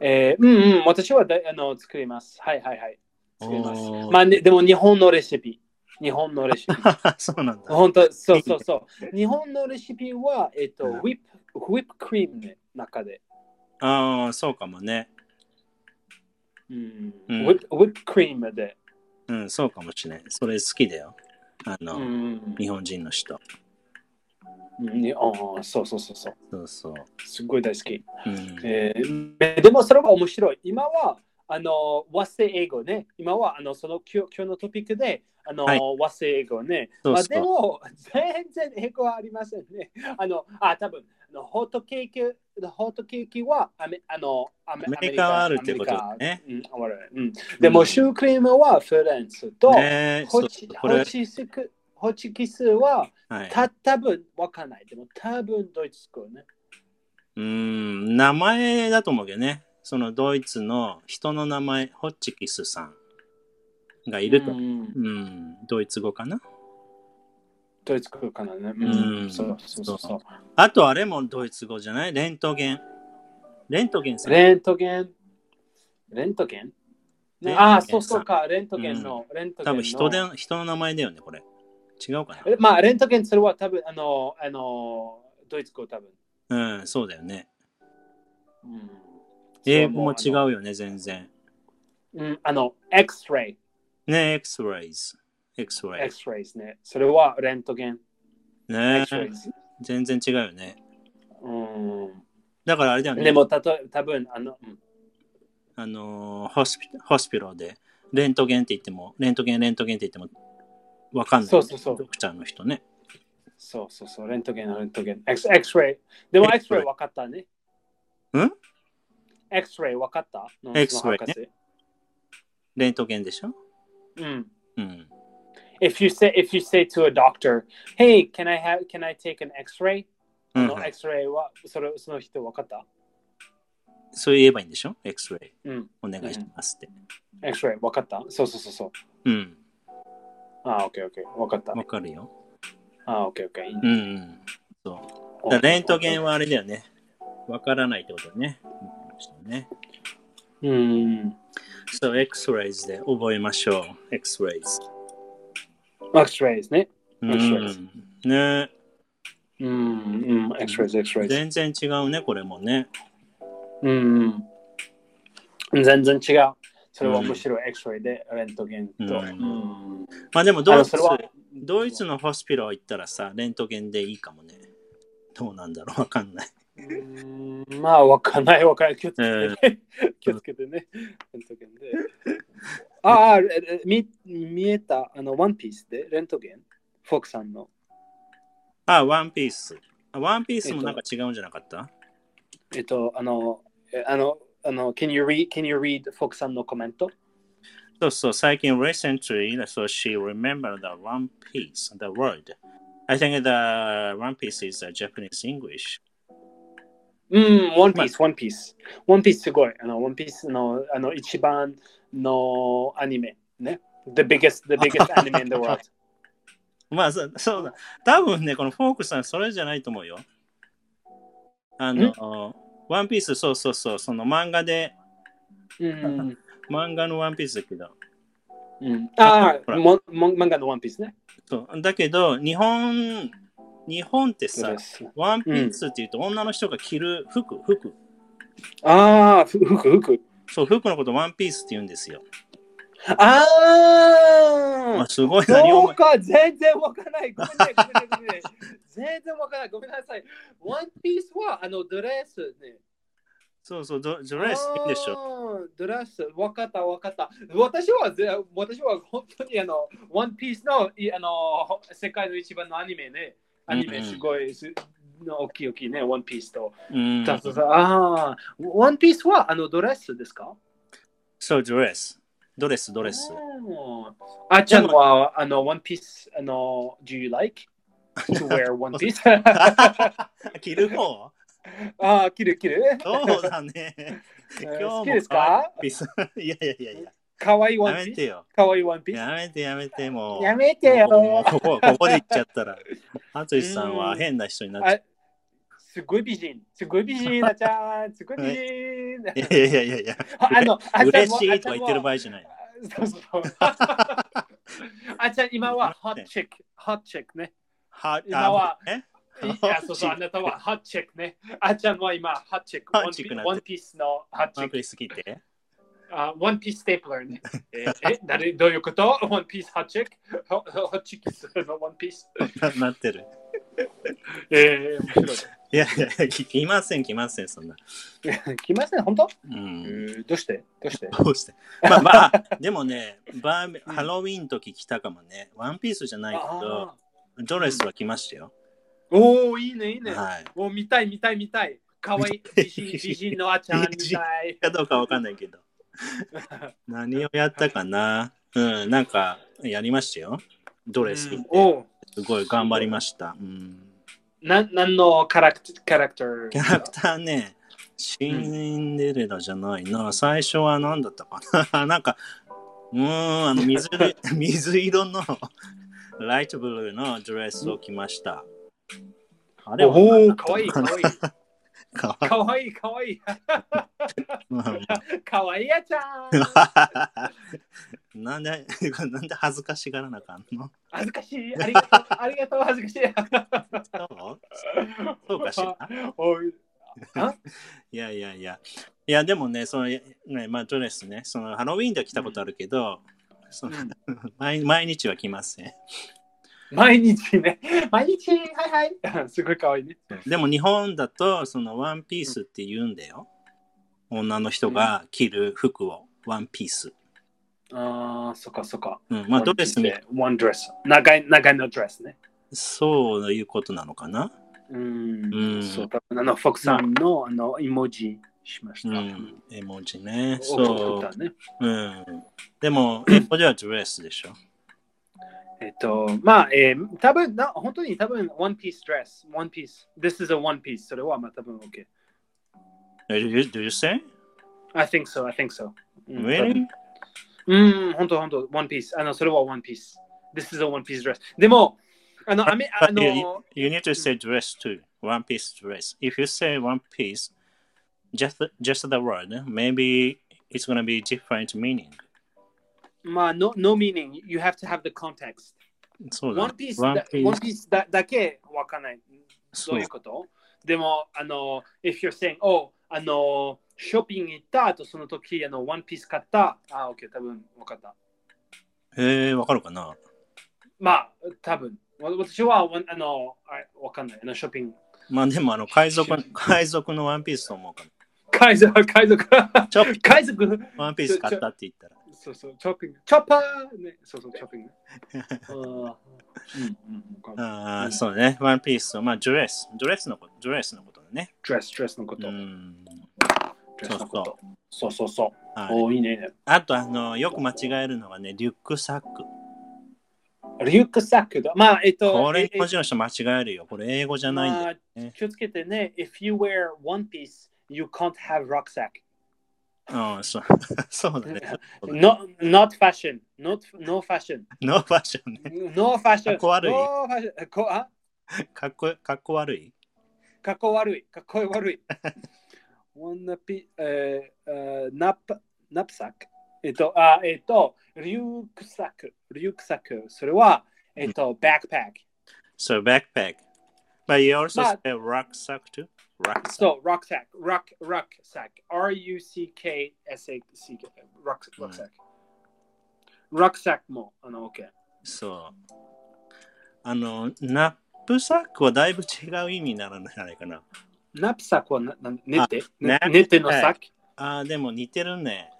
A: えー、うんうん、私はだいあの作ります。はいはいはい。作ります
B: お。ー
A: まあ、ね、でも日本のレシピ。日本のレ シピ。
B: そうなんだ。
A: 本当、そうそうそう。日本のレシピは、えっと、
B: う
A: ウ
B: ん
A: ィップ、ウィップクリームの中で。
B: ああ、そうかもね。
A: うんウ
B: うん
A: ィップウィップクリームで。
B: うん、そうかもしれない。それ好きだよ。あ
A: う
B: の、
A: ん。
B: 日本人の人。
A: にあーそうそうそうそう。
B: そうそう。
A: すっごい大好き。
B: うん、
A: えー、でもそれは面白い。今は、あの和製英語ね、今はあのその今日今日のトピックであの、
B: はい
A: 和製英語ね、
B: そう
A: まあ、
B: そう
A: でも全然英語はありませんね。あのあ多分あのホットケーキホットケーキはアメあのアメ
B: アメリカはあるってことだね。
A: アメリカうん、あるうん、でも、シュークリームはフランスと、
B: ねそ
A: ホ
B: う
A: チ
B: こ
A: ホ
B: れ、
A: チスクホチキスは
B: はい、
A: た多分わかんない。でも多分ドイツ語ね。
B: うーん名前だと思うけどねそのドイツの人の名前ホッチキスさんがいると、
A: う
B: うん
A: ん
B: ドイツ語かな
A: ドイツ語かなね。
B: うん
A: そうそうそうそう。
B: あとあれもドイツ語じゃないレントゲンレントゲンさん
A: レントゲン。レントゲン
B: レントゲンさん
A: ああ、そうそうか。レントゲンの。レントゲン
B: 多
A: の
B: 分人で人の名前だよねこれ違うか
A: えまあ、レントゲンそれは多分、あの、あのドイツ語多分。
B: なうんそうだよね
A: うん
B: 英語も違うよね全然
A: うん、あの、X-ray。
B: ね X-rays X-ray
A: X-rays ね。それはレントゲン。
B: ね
A: X-rays。
B: 全然違うよね
A: うん
B: だからあれだよね
A: でも、たと多分あの、うん
B: あのーホスピホスピロでレントゲンって言ってもレントゲンレントゲンって言ってもわかんない
A: そうそうそう
B: ドクターの人ね
A: そうそうそう、レントゲン、レントゲン。X- X-ray。でも、
B: X-ray
A: X-ray 分かったね。
B: ん
A: ?X-ray 分かった
B: X-ray ね
A: ね。
B: レントゲンでしょ
A: うん。
B: うん、
A: if you say if you say to a doctor, "Hey, can I have can I take an X-ray?"
B: う
A: あ
B: ん
A: の X-ray はそれその人分かった？
B: そう言えばいいんでしょ ?X-ray
A: うん。
B: お願いしますって
A: X-ray 分かった？そうそうそうそう。
B: うん
A: あ、オッケーオッケー。分かった
B: わ、。かるよ
A: あ、オッケーオッケー。いいね
B: うん、うん、そうだからレントゲン。はあれだよねわからないってことねね
A: うん。
B: そう X-rays で覚えましょう X-rays
A: X-rays ね。
B: うん
A: X-rays
B: ね
A: うんうん。X-rays X-rays。
B: 全然違うねこれもね
A: うんうん。全然違う。それはむしろ X-ray でレントゲンと。
B: うん
A: うん。
B: まあでも
A: あ
B: ド
A: の
B: イツ
A: それは
B: ドイツのホスピロ行ったらさ、レントゲンでいいかもね。どうなんだろうわかんない。
A: うんまあ、わかんない、わかんない。気をつけてね。気をつけてね。レントゲンで。ああ、ええ見見えた、あの、ワンピースで、レントゲン。フォークさんの。
B: あ、ワンピース。あワンピースもなんか違うんじゃなかった、
A: えっと、あの、えあの、あの、can you read, can you read フォークさんのコメント
B: そうそう、最近 recently, so she remembered the one piece, the word. I think the one piece is a Japanese English.
A: うん、ワンピース、ワンピース。ワンピースすごい。あの、ワンピースの、あの、一番のアニメ。ね。The biggest, the biggest anime in the world.
B: まあそうそうだ。多分ね、このフォークさん、それじゃないと思うよ。あの、ワンピース、そうそうそう、その漫画で、
A: うん。
B: 漫画のワンピースだけど、
A: うん、あ
B: ほ
A: あ、
B: ら
A: もも漫画のワンピースね。
B: そうだけど日本日本って
A: そう
B: さ
A: です。
B: ワンピースっていうと女の人が着る服服
A: ああ、ふふくふく。
B: そう服のことワンピースって言うんですよ、
A: あ
B: ま
A: あ
B: あ、すごいな日
A: そう
B: 本
A: か、全然わからない。ごめんね、ごめんね、ごめ んね。全然わからない。ごめんなさい。ワンピースはあのドレスね。
B: そうそうドド
A: ド
B: レスでしょ
A: ょ。ドレス、わかった、わかった。私はぜ、私は本当にあの、ワンピースのいあの世界の一番のアニメね。アニメすごい、すの大きい大きいね、ワンピースと。
B: うん
A: そうそうそうああ、ワンピースはあのドレスですか
B: そうドレスドレスドレス
A: おーあっちゃんはあの、ワンピース、あの、do you like to wear one piece?
B: 着る方
A: ああ、着る着る。
B: そうだね今日
A: 好
B: も
A: きですか
B: ワンピース いやいやいやいや
A: かわいいワ
B: や
A: ンピ
B: め
A: ース。
B: てよ
A: かわいいワンピー
B: やめてやめても
A: ス。
B: う
A: やめて
B: も
A: よ
B: う。ここここで言っちゃったら淳さんは変な人になっちゃう
A: あすごい美人。すごい美人、あっちゃ ん。すごい美人。
B: いやいやいやいや、
A: あの、あっちゃん
B: 嬉
A: も
B: しいとか言ってる場
A: 合。
B: 合じゃない。
A: そうそうそう。あっちゃん、今はホッチェック。ホッチェッ クね。
B: は
A: 今は
B: あ、ね、
A: いや、そうそう、あなたはハッチェックね。あっちゃんは今、ハッチェック。
B: ハッチェックなんて
A: ワンピースのハッチ
B: ワ
A: ェ
B: ン
A: ック。
B: ピース着て。
A: あワンピースステープラー ね。え、え誰どういうことワンピースハッチェックハハッチェックスのワンピース。
B: ななってる。
A: ええ面白い。
B: いやいや、来ません、来ません、そんな。
A: 来ません、本当
B: うん。
A: どうしてどうして
B: どうしてまあ、まあ、でもね、バーベハロウィンの時来たかもね。ワンピースじゃないけど、
A: あ
B: ドレスは来ましたよ。
A: ーおおいいね、いいね。
B: はい。
A: お見たい、見たい、見たい。かわいい。美人、美人のあちゃんみたい。
B: かどうかわかんない けど。何をやったかなうん、なんかやりましたよ。ドレス着
A: うん
B: て。
A: おー
B: すごい頑張りました。うん、
A: なんなんのキャラクターキャラクター
B: キャラクターね、シンデレラじゃないな。最初は何だったかな なんか、うーん、あの水色水色のライトブルーのドレスを着ました。あれは
A: おお、かわいい、かわいい。
B: かわいい。
A: かわいい、かわいい。
B: まあまあ
A: かわいいやちゃん。
B: なんで、 なんで恥ずかしがらなあかんの
A: 恥ずかしい。ありがとう、ありがとう、恥ずかしい。
B: そうそうかしら
A: おい
B: いやいやいや。いや、でもね、その、ね、まあ、ドレスね、そのハロウィーンでは来たことあるけど、その毎毎日は来ません。
A: 毎日ね。毎日、はいはい。 すごいかわいいね。
B: でも日本だと、そのワンピースって言うんだよ。女の人が着る服を、ワンピース。
A: ああ、そっかそっか。
B: うん、まあ、ドレスに、
A: ね。ワンドレス。長い、長いのドレスね。
B: そういうことなのかな。
A: う
B: うん
A: ん。そう、多分あの、フォクさんの、あの、絵文字しました。
B: う
A: うん
B: ん、絵文字ね。
A: 送
B: そ
A: ったね。
B: う。うん。でも、英語ではドレスでしょ。
A: えっと、まあ、えー、多分な本当に多分、ワンピースドレス、ワンピース。This is a one piece. それは、まあ、多分 OK。
B: Do you, do you say?
A: I think so, I think so. うん
B: Really?
A: うん、本当本当、ワンピース。あの、それはワンピース。This is a one piece dress. でも、あの、あめ、あ
B: But you-
A: の、
B: You need to say dress too. One piece dress. If you say one piece, just just the word, maybe it's gonna be different meaning.
A: まあ、no, no meaning. You have to have the context.
B: そうだ、
A: One
B: ね。
A: piece,
B: ワン
A: だ
B: ピース
A: one piece だだけわかんない。ど
B: そう
A: ういうことでも、あの、if you're saying, oh, あの、ショッピング行った後、その時、あの、ワンピース買った。あ、OK、多分わかった。
B: えー、わかるかな
A: まあ、多分わ私は、わあの、あわかんない。あの、ショッピング。
B: まあでもあの海賊 海賊のワンピースと思うか
A: 海賊、海賊、
B: ら。チョッピ
A: 海賊。
B: ーワンピース買ったって言ったら。
A: そうそう、チョッピング。チョッパーね、そうそう、チョッピン グ。あーうんうんうん
B: ああ、そうね。ワンピースと、まあドレス。ドレスのこと、ドレスのことだね。
A: ドレス、ドレスのこ
B: う
A: と。
B: ん。
A: ドレスのこと。そうそうそう。
B: はい、
A: おーいいね。
B: あとあの、よく間違えるのはね、リュックサック。
A: リュックサックだ。まあ、えっと、
B: これ
A: え
B: 日本人の人間違えるよ。これ英語じゃないんだよ
A: まあ
B: ね
A: 気をつけてね。If you wear one piece, you can't have rucksack.
B: うん、そう そうだね。そうだね
A: No, not fashion. Not, no fashion.
B: ノーファッションね。
A: No fashion.
B: かっこ悪い
A: No fashion. こあ
B: かっこかっこ悪い。
A: かっこ悪い。かっこ悪い。One piece, えーえーナップ、ナップサック。えっと、あ、えっと、リュックサック。リュックサック。それは、えっと、バックパック。
B: So backpack. But you also
A: まあ
B: say rucksack too? Rucksack.
A: そう、ロックサック、ロック、ロックサック、R-U-C-K-S-A-C-K、ロックロックサック。ロックサックも、あの、OK。
B: そう。あの、ナップサックはだいぶ違う意味にならないかな。
A: ナップサックはな、な、寝て、
B: ナ
A: ね
B: ップ
A: 寝てのサック。
B: ああ、でも似てるね。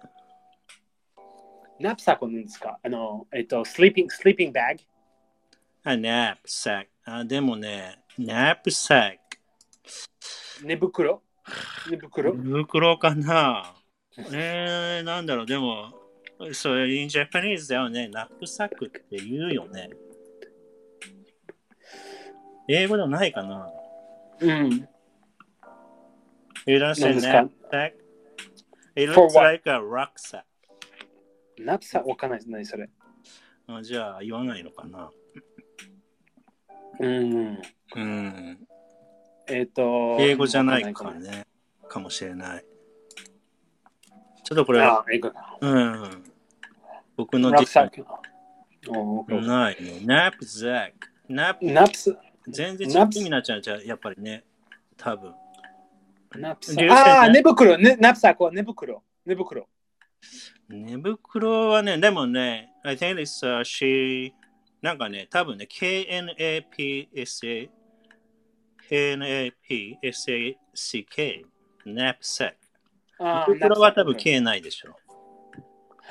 A: ナップサックは何ですかあの、えっと、スリーピング、スリーピングバッグ。
B: あ、ナップサック。あでもね、ナップサッ
A: 寝袋寝袋
B: ク。袋かなえー、なんだろう、でも、それ、in Japanese だよね、ナップサックって言うよね。英語ではないかな
A: うん。
B: You don't
A: 何
B: say
A: ですか
B: knapsack? It
A: For
B: looks
A: what?
B: like a rucksack.
A: ナップサックわかんないです。何それ。
B: あじゃあ言わないのかな
A: うん。
B: うん。
A: えっと、
B: 英語じゃない
A: わ
B: か
A: ん
B: ら
A: ない
B: ね。かもしれない。ちょっとこれ、
A: あ、英語か。
B: うん。僕
A: ロッ
B: の
A: クサッ
B: 実
A: ク。おー OK
B: ないね。ナップザック。ナップ、
A: ナップサッ
B: 全然違
A: ナッ
B: う
A: プ
B: 意味になっちゃうじゃんやっぱりね。多分。
A: ク。ナップサ
B: 流
A: ッ
B: 星
A: ク。ああ、
B: ね
A: 寝袋。ねナップサックは寝袋。寝袋。
B: 寝袋はね、でもね、I think it's a she なんかね、多分ね、KNAPSA NAPSACK、NAPSAC。
A: あ
B: これは多分 K ないでしょ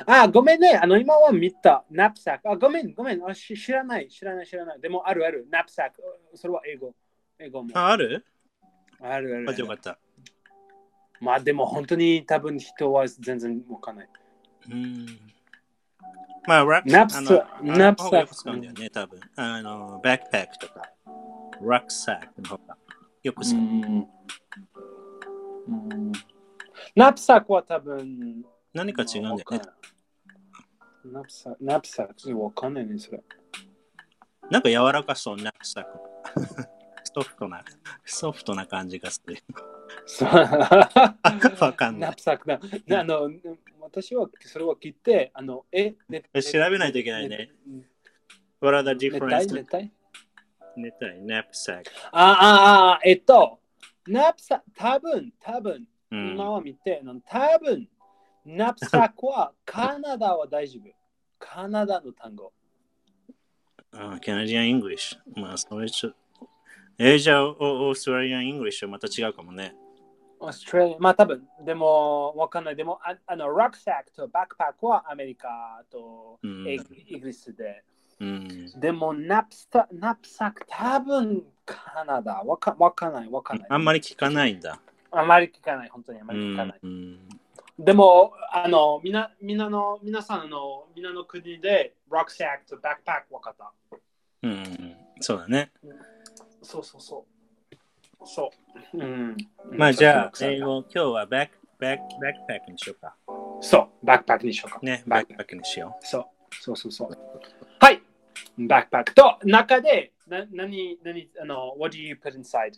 A: あー、ごめんね。あの、今は見た。ナプサック。あ、ごめん、ごめん。あし知らない、知らない、知らない。でも、あるある。ナプサック。それは英語。英語も。あ
B: あ、ある
A: るある
B: あ、よかった。
A: まあ、でも、本当に多分人は全然わかんない。
B: うん。まあ、ラ
A: ナプサ
B: あの
A: ナプサ
B: あの方がよく使うんだよね、多分。あの、バックパックとか、ラックサックの方がよく使う。
A: うんナプサックは多分。
B: 何か違うんだよね。
A: ナプサック、ナプサック、ちょっとわかんないね、それ。
B: なんか柔らかそう、ナックサック。ソフトな、ソフトな感じがする。
A: そう
B: わかんない
A: ナプサックだ。なあの、私はそれを聞いて、あの、え、ね、
B: え調べないといけないね。What are the
A: 熱帯
B: differences?
A: 熱帯
B: 寝たい、ナックサック。
A: ああ、あ、えっと、ナプサ、多分、多分、
B: うん
A: 今は見て、あの多分、ナプサック はカナダは大丈夫。カナダの単語。
B: あカナディアン・イングリッシュ。まあ、それちょえー、じゃあ、オーストラリアン・イングリッシュはまた違うかもね。
A: オーストラリア、まあ多分、でも、わかんない。でも、ああの、ラックサックとバックパックはアメリカと
B: うん
A: イイギリスで。
B: うん。
A: でも、ナプサナプサック、多分、カナダ。わかわかんない、わかんない。
B: あんまり聞かないんだ。
A: あまり聞かない、本当にあま
B: う
A: り聞か
B: ん
A: ない。。
B: うん
A: でも、あの、みな、みなの、皆さんの、みなの国で、ラックサックとバックパックわかった。
B: うん。そうだね。
A: そうそうそう。そう。うん。
B: まあ、じゃあ、英
A: 英語。
B: 語、今日はバック、バック、バックパックにしようか。
A: そう、バックパックにしようか。
B: ね、
A: バ
B: バ
A: ッ
B: ッ
A: ク
B: クパックにしよ
A: そう、そうそうそう。はい。バックパックと中で、な、なに、なに、あの、what do you put inside?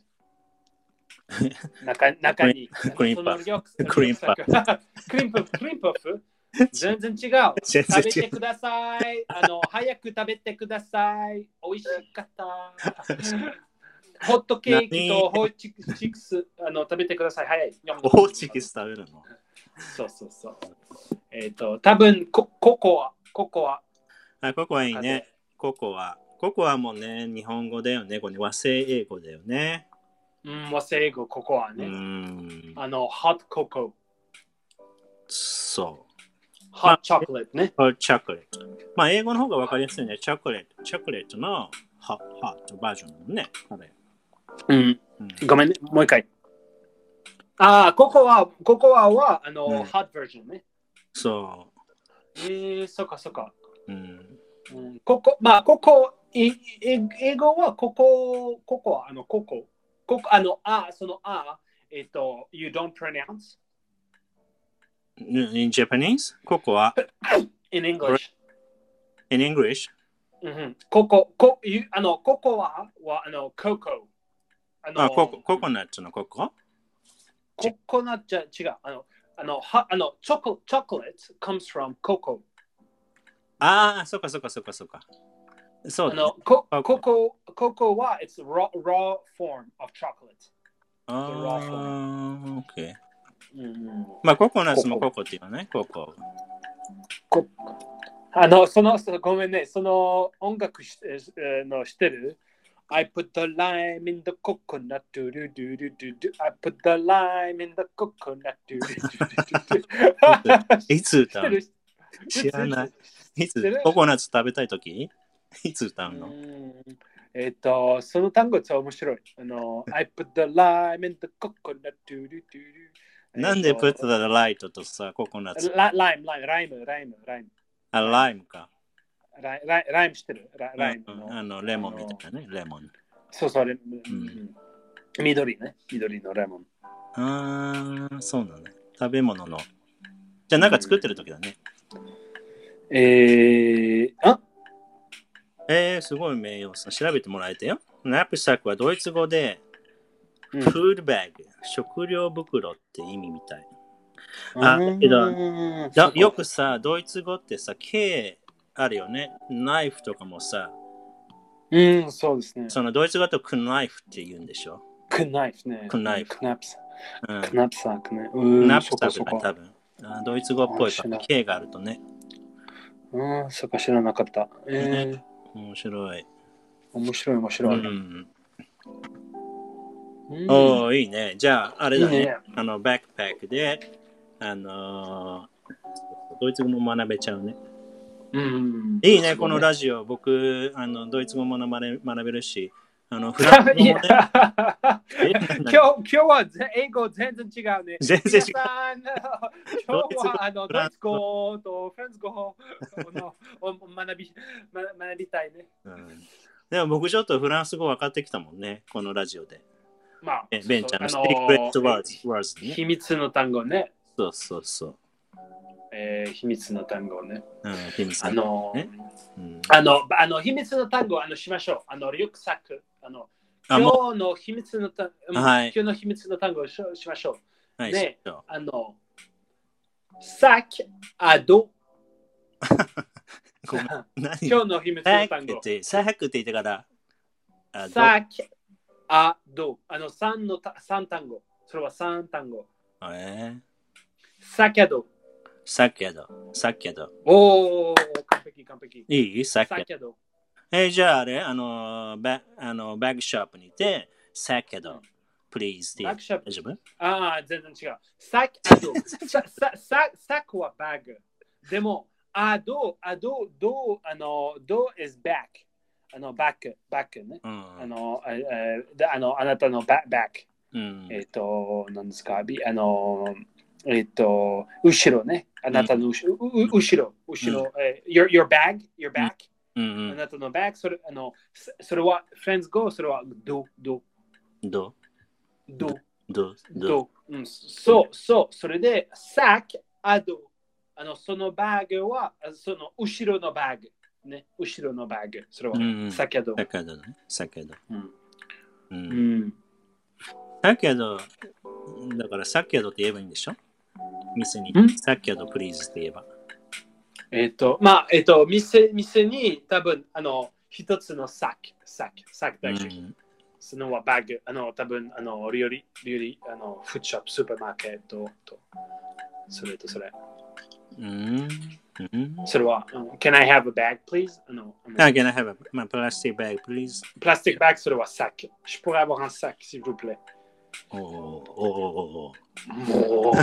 A: 中、中に。
B: クリームパフ
A: クリームパフ。 クリームパフ。クリームパフ。全然違う。
B: 全然違
A: 食べ
B: う
A: てください。あの、早く食べてください。美味しかった。ホットケーキとホーチキス、あの、食べてください。早い。
B: う。オーチキス食べるの
A: そうそうそう。えっ、と、多分こココア、ココア。
B: あ、ココアいい
A: あの
B: ね。ココア。ココアもね、日本語だよね。これ和製英語だよね。
A: うん、和製英語、ココア
B: う
A: ね。
B: ん。
A: あの、ホットココ
B: そう。
A: ア、ホットチョコレートね。
B: or chocolate。まあ、英語の方がわかりやすいね。チョコレート。チョコレートのハハートバージョンだもんね。あれ。
A: うん、
B: うん、
A: ごめんね、もう一回。ああ、ココア、ココアは、あの、
B: うん
A: ハットバージョンね。
B: そ
A: えー、そっかそっか。
B: う。うん。
A: うん、ココ、まあ、ココ、いい英語はココ、ココア、あの、ココ。ココ、あの、あ、その、あ、えっ、と、you don't pronounce
B: ん In Japanese? ココア
A: in English.
B: In English?
A: うん、ここ、こ、ゆ、あの、ココアは、あの、ココ。あの、
B: あ、ココココナッツのココ
A: ココナッツじゃ違う。あの、あの、は、あの、チョコ、チョコレート comes from ココ。
B: ああ、そっかそっかそっかそっか。そ
A: あ
B: うだ、ね
A: の、。コ
B: コ
A: ココ、ココは、it's raw, raw form of chocolate。
B: あ
A: のラフ
B: ー、オッケー。
A: うん、
B: まあ、ココナッツもココっていうのね。ココ。
A: あの、その、そのごめんね、その音楽し、えーのしてる I put the lime in the coconut, do do do do do do. I put the lime in the coconut, do do do do do.
B: いつ
A: 知っ
B: 歌
A: て
B: うの
A: る
B: 知らない。い
A: 知って
B: つ
A: る
B: ココナッツ食べたいとき いつ歌
A: う
B: うの
A: んえっと、その単語は面白い。あ の、I put the lime in the coconut, do do do do.
B: なんで put
A: えっ
B: the light とさ、ココナッ
A: と
B: ツ。
A: ラライム、ライム、ライム、ライム、ライム、
B: あ、ライムか。
A: ライム、ライムライムしてる。ラライム
B: うん
A: の。
B: あの、レモンみたいなね。レモン。
A: そうそう、レモン
B: うん
A: うん緑ね。緑のレモン。
B: ああ、そうなんだ。食べ物の。じゃあ、なんか作ってる時だね。
A: えー、あ
B: えー、すごい名誉さん。調べてもらえたよ。ナプサックはドイツ語で、
A: うん
B: フードバッグ、食料袋って意味みたい。あけど
A: うん
B: だよくさ、ドイツ語ってさ、K あるよね。ナイフとかもさ、
A: うん、そうですね。
B: そのドイツ語だとクナイフって言うんでしょ。
A: クナイフね。
B: クナイフ
A: クナプサ。
B: うん、
A: クナプサークね。うん
B: ナプ
A: そこ
B: サッ
A: そ
B: ク
A: こ
B: が多分。あドイツ語っぽいから
A: 面白い
B: K があるとね。
A: うん、そっか知らなかった。えー
B: 面白い。
A: 面白い面
B: う
A: 白い。
B: ん、
A: うん
B: おおいいね。じゃあ、あれだね。
A: いいね
B: あの、バックパックで、あのードイツ語も学べちゃうね。
A: うん
B: いいね、このラジオ。僕、あの、ドイツ語も学べ学べるし、あの、フランス語も
A: い
B: ね
A: や今日今日はぜ英語全然違うね。
B: 全然違う
A: 皆さん今日はあの
B: フ
A: ド
B: ラ
A: イ
B: ン
A: ツ
B: ス語
A: 語とフランス語をを学びま学びたいね。
B: うんでも僕ちょっとフランス語分かってきたもんね、このラジオで。
A: まあ、
B: えベンちゃんの
A: あ
B: ス
A: の
B: テークレットワーズ。ワーズね
A: 秘密の単語ね。
B: そうそうそう。
A: えー秘密の単語ね。
B: うん、ヒムさ
A: あ
B: ん。
A: の
B: ねうん
A: あのあの秘密の単語あのしましょう。あのリュックサック。あの
B: あも
A: 今日の秘密の単語、
B: はい
A: 今日の秘密の単語をししましょう。
B: う、はい、
A: ね
B: そう
A: あのサックアド。
B: ごめん。何
A: 今日の秘密
B: サ
A: の
B: ハクっ
A: 単
B: て言
A: 語
B: っ。て、サハクって言ってから、あど
A: さき、あ、ど、あの三のた三単語。それは三単語。
B: えー
A: さきゃど。
B: サッケド、サッケド。
A: おお、完璧完璧。
B: いいサッ
A: さ
B: ケド。
A: きゃど。
B: えーじゃああれ、あのー、バあのバッグショップに行って、サッケド、please って言
A: バッ
B: う
A: クショップ。
B: 大丈夫
A: ああ、全然違う。さ きゃど。ささささくはバッグ。でも、あど、あど、ど、あの、ど is back。あの、バック、バックね。
B: うん
A: あの、あえーであのあなたのババック。
B: うん
A: えっ、と、なんですか、びあの、えっ、と、後ろね、あなたの後ろ、うう後ろ、後ろ、えー your, your bag, your back、
B: うんう
A: あ
B: ん
A: なたの bag、それあのそそれは、friends go、それは、ど、ど、
B: ど
A: ど、
B: どど
A: ど、うん、そう、そう、それで、sack、あど、あの、そのバッグは、あその後ろのバッグ、ね、後ろのバッグ、それは
B: うんう、ん
A: サキャド
B: サ。ッケドね、サッケド。
A: うん
B: う
A: うんん
B: サッケド、だからサッケドって言えばいいんでしょ店に
A: ん
B: サッケド、please って言えば。
A: えっと、まあ、えっと、店店に多分、あの、一つのサック、サック、サックだけ、
B: うん
A: そのはバッグ、あの、多分、あの、料理、料理、あの、フードショップ、スーパーマーケットと、それとそれ。
B: うんうん
A: それは、あの Can I have a bag, please? あの、あの
B: Ah, can I have a, my plastic bag, please?
A: プラスティックバッグ、それはサック。Je pourrais avoir un sac, s'il vous plaît.
B: Oh, oh, oh, oh,
A: もう、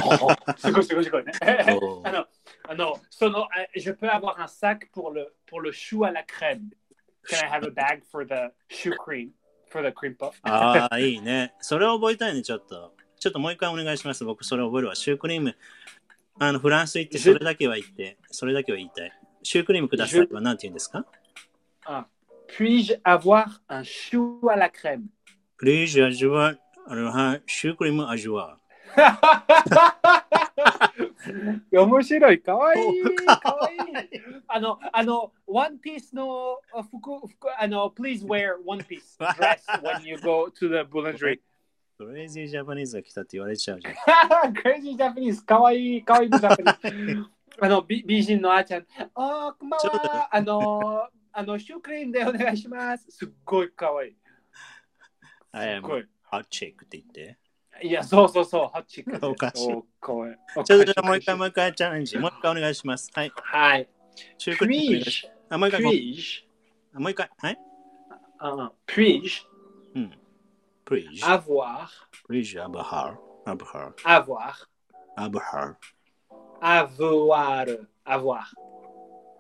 A: すごいすごいすごいね。
B: oh.
A: あの、あの、その、あ euh, Je peux avoir un sac pour le, pour le chou à la crème. Can I have a bag for the shoe cream? For the cream puff?
B: ああ、いいね。それを覚えたいね、ちょっと。ちょっともう一回お願いします。僕、それ覚えるわ。シュークリーム。あの、フランス行って、それだけは言って、それだけは言いたい。シュークリームくださいは何て言うんですか
A: Puis-je avoir un chou à la crème?
B: ?Please, 味わう。あのはいシュークリーム味わ
A: 面白い、かわ
B: Oh,
A: いい、かわいい。あの、あの、ワンピースのあ服、服あの、please ah, wear one piece dress when you go to the boulangerie.
B: う。クレイジージャパニーズが来たって言われちゃうじゃ ん。
A: Crazy Japanese、かわいい、かわいいジャパニーズ。 あの、美美人のあーちゃん、あー、こんばん
B: ちょっ
A: は。あの、あの、シュークリームでお願いします。すっごいかわいい。す
B: I
A: っ
B: am
A: ごい。
B: hot chick って言って。
A: いや、そうそうそう、ハッチク。
B: おかしい
A: おかわいい。
B: ちょっとじゃあもう一回、
A: お
B: も
A: かし
B: う一回チャレンジ。もう一回お願いします。はい。
A: いはい。
B: シュークリームお願いし
A: puis-je,
B: ます。あ、もう一回、もう
A: puis-je,
B: あもう一回。はい。
A: uh, puis-je
B: うん。Please,
A: avoir,
B: please, have a heart. Have a heart.
A: avoir,
B: Have a heart.
A: avoir, avoir.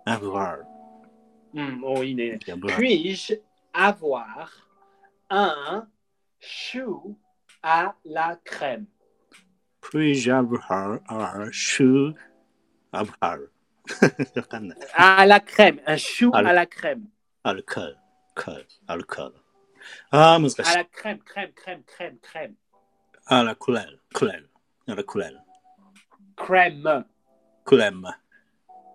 B: Have a heart.
A: うん、おいいね。
B: Have a heart.
A: puis-je avoir un chou à la crème?
B: Please have her or shoe of her. わかんない。
A: À la crème, un chou
B: À la-
A: à la crème.
B: アルカール、カール、アルカール。ああ、難しい
A: À。la crème, crème, crème, crème, crème.
B: あら、クレル、クレル、あら、クレル、
A: Crème.
B: クレマ。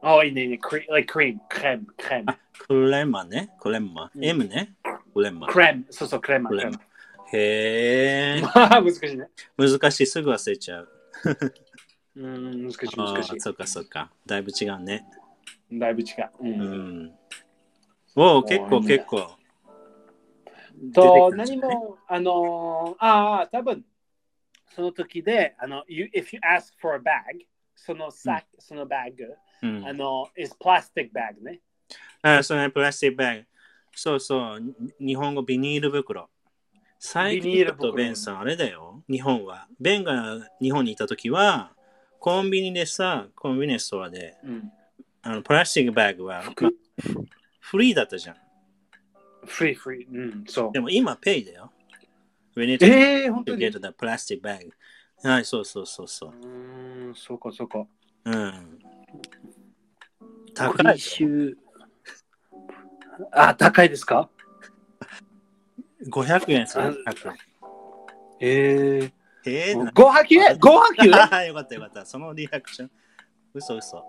A: Oh, いいねいいね。Cre- like cream, crème, crème.
B: クレマね、クレマ。
A: うん
B: M ね、クレマ。
A: crème. そうそう、crème,
B: クレマ
A: crème.。
B: へえ、
A: 難しいね。
B: 難しい、すぐ忘れちゃう。
A: うん、難しい、
B: あ
A: 難し
B: あ、そっかそっか。だいぶ違うね。
A: い。だいぶ違う。う
B: うんん。おお、結
A: もう
B: 構
A: いいね
B: 結構。
A: と、
B: 出
A: 何
B: てきたんじゃない
A: も、あのー、ああ、多分その時で、あの、you, ah, if you ask for a bag, そのサック、そのバッグ、
B: うん
A: あの、is plastic bag ね。
B: あ、それプラスティックバッグ。そうそう、に日本語ビニール袋。最
A: ビニー
B: 近
A: ル
B: だ
A: 袋
B: とベンさん、あれだよ、日本は。ベンが日本にいた時は、コンビニでさ、コンビニエンスストアで、
A: うん。
B: あのプラスチックバッグは、
A: 服
B: まあフリーだったじゃん。
A: フリーフリー。うん、そう
B: で。も今、ペイだよ。We need to
A: ええー、本当に。
B: get the plastic bag. はい、そうそうそうそう
A: う。ーん、そうかそうか。
B: うん。高い
A: 国。州あ、高いですか
B: 500円する。500円
A: え
B: え
A: え
B: ー、な
A: ー。5波球 ?5 波球
B: あーよかったよかった。そのリアクション。嘘嘘。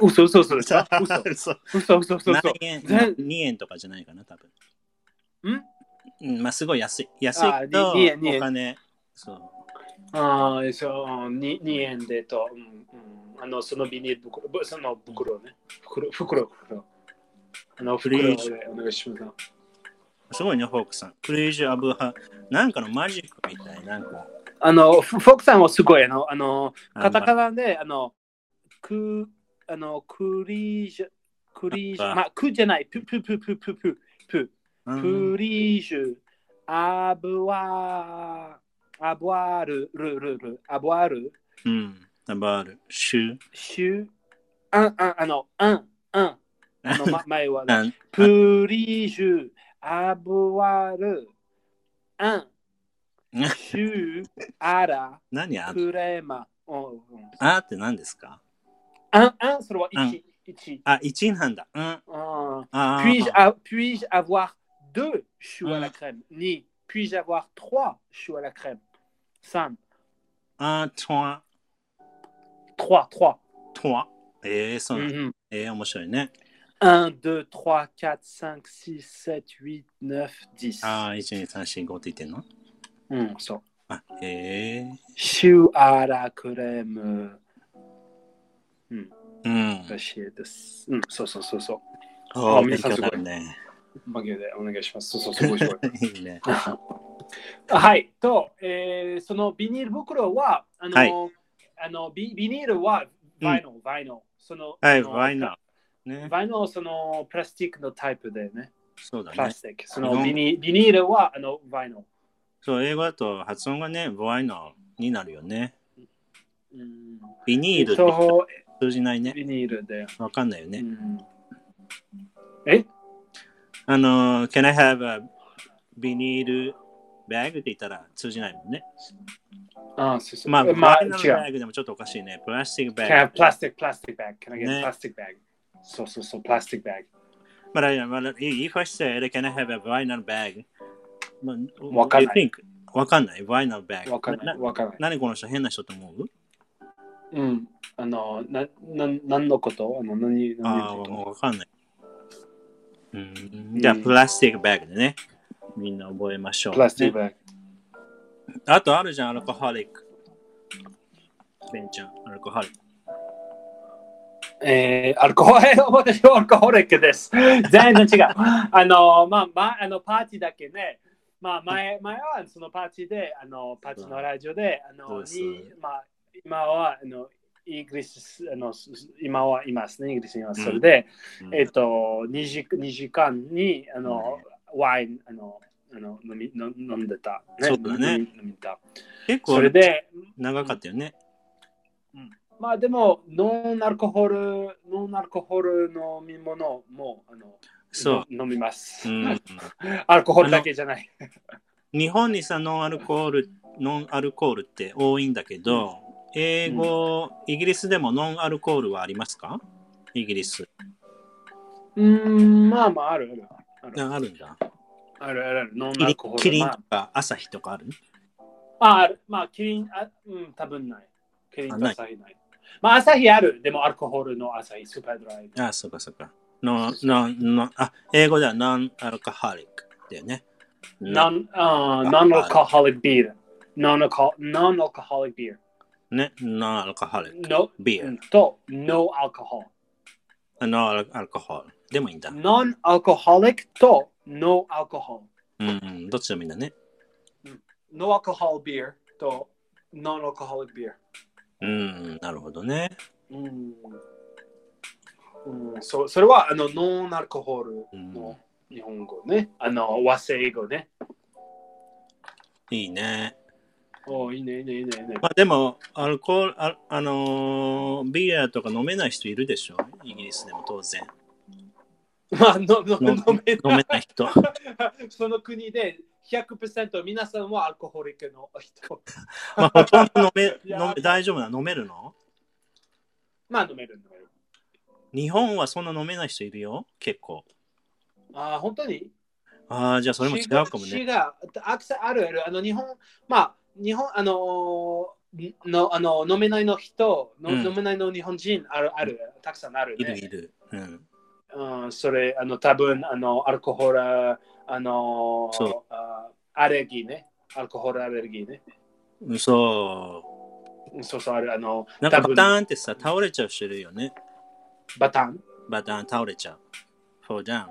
A: 嘘嘘嘘です
B: 嘘
A: か嘘
B: 嘘。
A: 嘘嘘 嘘嘘
B: 何。円
A: 全
B: ?2 円とかじゃないかな、多分。
A: ん
B: うん、まあすごい安い。安いけ
A: あ
B: ど、
A: ーににえんにえん
B: お金。そう。
A: ああ、そう、に2円でと、うんうん、あの、そのビニール袋、ぶその袋ね。袋、袋、袋。あの、袋でお願いします。
B: すごいね、フォークさん。クレイジーアブハ。なんかのマジックみたい。なんか。
A: あの、フフォークさんはすごい、あの、あのカタカ
B: ナ。
A: ナで、あの、く、あの、クリージュ、クリージュ、まあ、くじゃない、ぷぷぷぷぷぷぷ。
B: うん
A: プリージュ、アブワー、アブワール、ルルル、アブワール、
B: うん。ナバール。シュ。
A: シュ、アン、アン、あの、アン、アン、あ の、ま、前は、
B: なん
A: プリージュ、アブワール、アン、シュ、アラ、
B: 何あ
A: クレマ、おううん
B: あって何ですか
A: アン、アン、それは
B: アン
A: 1、1。
B: あ、1なんだ。うん。あ
A: うん
B: あ。
A: Puis-je a- puis-je avoir deux choux à la crème Ni. Puis-je avoir trois choux à la crème Sam.
B: あ、トワ、
A: Trois, trois.
B: トワ。ええそうなんだ。
A: Mhm.
B: ええ面白いね。
A: Un, deux, trois, quatre, cinq, six, sept, huit, neuf, dix.
B: ああ、1、2、3、4、5って言ってんの
A: Mm, so.
B: あ、ええ
A: Choux à la crème. euh,
B: うん。
A: らしいですうんそうそうそうそう。
B: お
A: あ
B: ー
A: 皆
B: 勉
A: さん
B: 強
A: す
B: に
A: ごい
B: なるね。
A: 負けでお願いします。そうそう、すごい すごい。
B: いいね。
A: はい。と、えーそのビニール袋は、あの、
B: はい
A: あのビビニールは、バイノ、バイノ。その、
B: は
A: あ
B: い、
A: の
B: ワイナー。ね。
A: バイノはそのプラスチックのタイプでね、
B: そうだ
A: プラ
B: ね
A: ス。チック。そのビニビニールはあのバイノ。
B: そう、英語だと発音がね、ワイナーになるよね。
A: うん、
B: ビニールって言ったら
A: そ
B: 通じないうね。
A: ビニールで。
B: わかんないよ
A: う
B: ね。
A: ん、え
B: あのー、Can I have a ビニールバッグって言ったら通じないもんね。
A: あそうそう
B: まあ、
A: ま
B: ま
A: あ、
B: あ、
A: 違う。
B: バッグでもちょっとおかしいね。プラスチックバ
A: Can I
B: ッ
A: have
B: グ。
A: plastic, plastic bag? Can I get
B: ね
A: plastic bag? そうそうそう、plastic bag.
B: まあ、まあ、if I said, can I have a vinyl bag? まあ
A: わかんない
B: you think- わかんない。vinyl bag。
A: わかんない、わかんない。
B: 何この人変な人と思う
A: うん。あの、な、な、何のことあの、何、
B: あ
A: 何
B: あ、
A: のこと
B: わかんない。うんじゃあ、
A: うん
B: プラスティックバッグでね。みんな覚えましょう。
A: プラスティッ
B: ね
A: クバッグ。
B: あとあるじゃん、アルコホリック。ベンちゃん、アルコホリック。
A: えー、アルコール、 私はアルコールック です。全然違う。あの、まあ、まあ、あのパーティーだけね、まあ、前前はそのパーティーで、あのパーティーのラジオで、あ
B: そ
A: の
B: うそう
A: にまあ、今はあのイギリスあの、す今はいますね、イギリスにいます。それで、
B: うん
A: えっ、と2時、2時間にあの、ワインあのあの飲み飲飲んでた、
B: そうだね
A: 飲み飲みた。
B: 結構
A: それで、
B: 長かったよね。
A: まあでも、ノンアルコホール、ノンアルコホール飲み物もあの
B: そ
A: 飲みます、
B: う。うん、
A: アルコホールだけじゃない。
B: 日本にさ、ノンアルコール、ノンアルコールって多いんだけど、英語、イギリスでもノンアルコールはありますかイギリス。
A: うーん、まあまああるある。
B: ああるんだ。
A: あるあるある。ノン
B: キ
A: ア
B: リ
A: ルコホール。
B: キリン
A: ま
B: とか朝日とかある
A: あ、ああるまあ、キリン、あうん、多分ない。キリン
B: あ
A: と
B: ない
A: 朝日ない。まあ、朝日ある。でも、アルコホールの朝日、スーパードライ。
B: ああ、そうかそうか。ノン、ノン、ノン、あ、英語ではノンアルコホリックだよね。
A: ノン、あーノンアルコホリックビール。ノンアルコノンアルコホリックビール。
B: ね、ノンアルコホリック。
A: ノ
B: ビー
A: う
B: ル
A: ん。と、ノーアルコホール。
B: あノンアルコホール。でもいいんだ。
A: ノンアルコホリックとノーアルコホ
B: うん、うん、どっちでもいいんだね。
A: ール。ノーアルコホールビールとノンアルコホリックビール。
B: うん、なるほどね。
A: うん。うん、そそれはあのノンアルコホール
B: うん
A: の日本語ね。あの和製英語ね。
B: いいね。
A: おーいいね、いいね、いいね、いいね。
B: まあでも、アルコール、あ、あのービールとか飲めない人いるでしょイギリスでも当然。
A: まあ、のの
B: 飲
A: 飲め
B: 飲
A: ない
B: めない 人。
A: その国で100%皆さんはアルコホリックの人。
B: まあ、ほとんど飲め、飲
A: いや
B: め、大丈夫なの飲めるの
A: まあ飲める飲める。
B: 日本はそんな飲めない人いるよ結構。
A: ああ、本当に
B: ああ、じゃあそれも違うかも
A: 違
B: ね。
A: う。アクセあるある。あの、日本、まあ、日本、あのーの、あの、飲めないの人、の
B: うん
A: 飲めないの日本人、ある、ある、たくさんある、
B: い
A: ね。
B: るいる。うん。
A: うん、それ、あの、多分、あの、アルコホル、あのー
B: そ
A: あアレルギーね。アルコホルアレルギーね。
B: うんそう。
A: うんそうそう、ある、あの、
B: なんか
A: 多
B: バ
A: 分
B: ターンってさ、倒れちゃう人いるよね。
A: バタン。
B: バターン倒れちゃう。フォーダウン。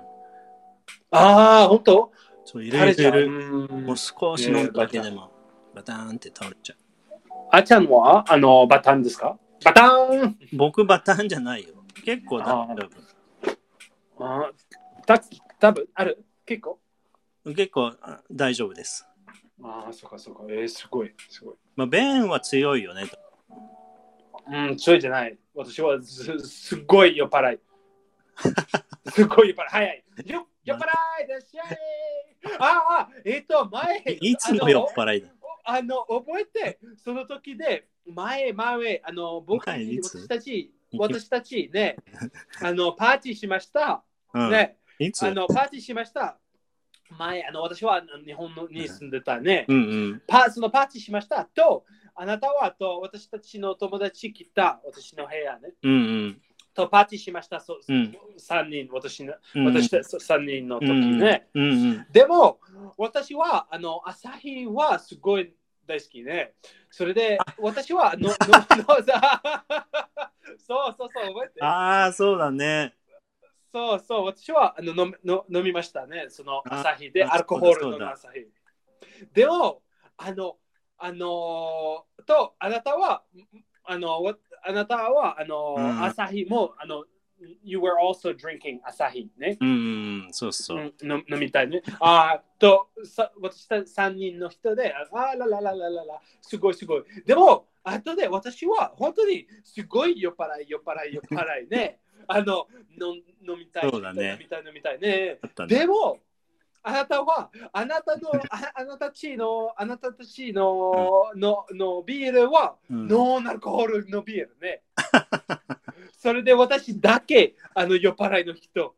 A: ああ、本当
B: そう、い
A: あ
B: るいるい
A: れ
B: る。
A: うん
B: もう少し飲むだけでも、バターンって倒れちゃう。
A: あちゃんはあのバタンですかバタン
B: 僕バターンじゃないよ。結構大丈
A: あた多分ある結構
B: 夫。結構あ大丈夫です。
A: ああ、そうかそうか。えー、すごい、すごい。
B: まあ、ベンは強いよね。
A: うん、それじゃない。私はすすっごい酔っ 払い。すごい酔っ払い。早い。よ酔っ払いでっしゃいああ、えっ、と、前。
B: いつの酔っ払いだ。
A: あの覚えてその時で前前あの僕た
B: 前
A: ち
B: いつ
A: 私たち
B: いつ
A: 私たちねあのパーティーしました、
B: うん。
A: ね
B: いつ
A: あのパーティーしました前あの私はあの日本のに住んでたね、
B: うんうん。
A: パそのパーティーしましたとあなたはと私たちの友達来た私の部屋ね
B: うんうん。
A: とパーティーしましたそ、
B: うん
A: 三人私の
B: うんうん
A: 私たち3人の時ね、
B: うんうん。
A: でも、私は、あの、朝日はすごい大好きね。それで、私は、の、の、 の、さ、そうそうそう、覚えて。
B: ああ、そうだね。
A: そうそう、私は、あの、の、の飲みましたね。その、
B: あ
A: 朝日で、
B: あ
A: アルコホール
B: そうだそう
A: の
B: だ
A: 朝日。でも、あの、あのーと、あなたは、あの、わあなたは、あの、
B: うん
A: 朝日も、あの、You were also drinking 朝日ね。
B: うんうんうん。そうそうう。
A: んの飲みたいね。あーとさ私た3人の人で、あーらららららら、すごいすごい。でも、後で私は本当にすごい酔っ払い、酔っ払い、酔っ払い ね。あのの飲みたい、
B: そうだね
A: 飲みたい、飲みたいね。
B: あったね。
A: でも、あなたは、あなたの、ああなたたちの、あなたたちの、の、のビールは、
B: うん
A: ノンアルコールのビールね。 それで私だけ、あの酔っ払いの 人。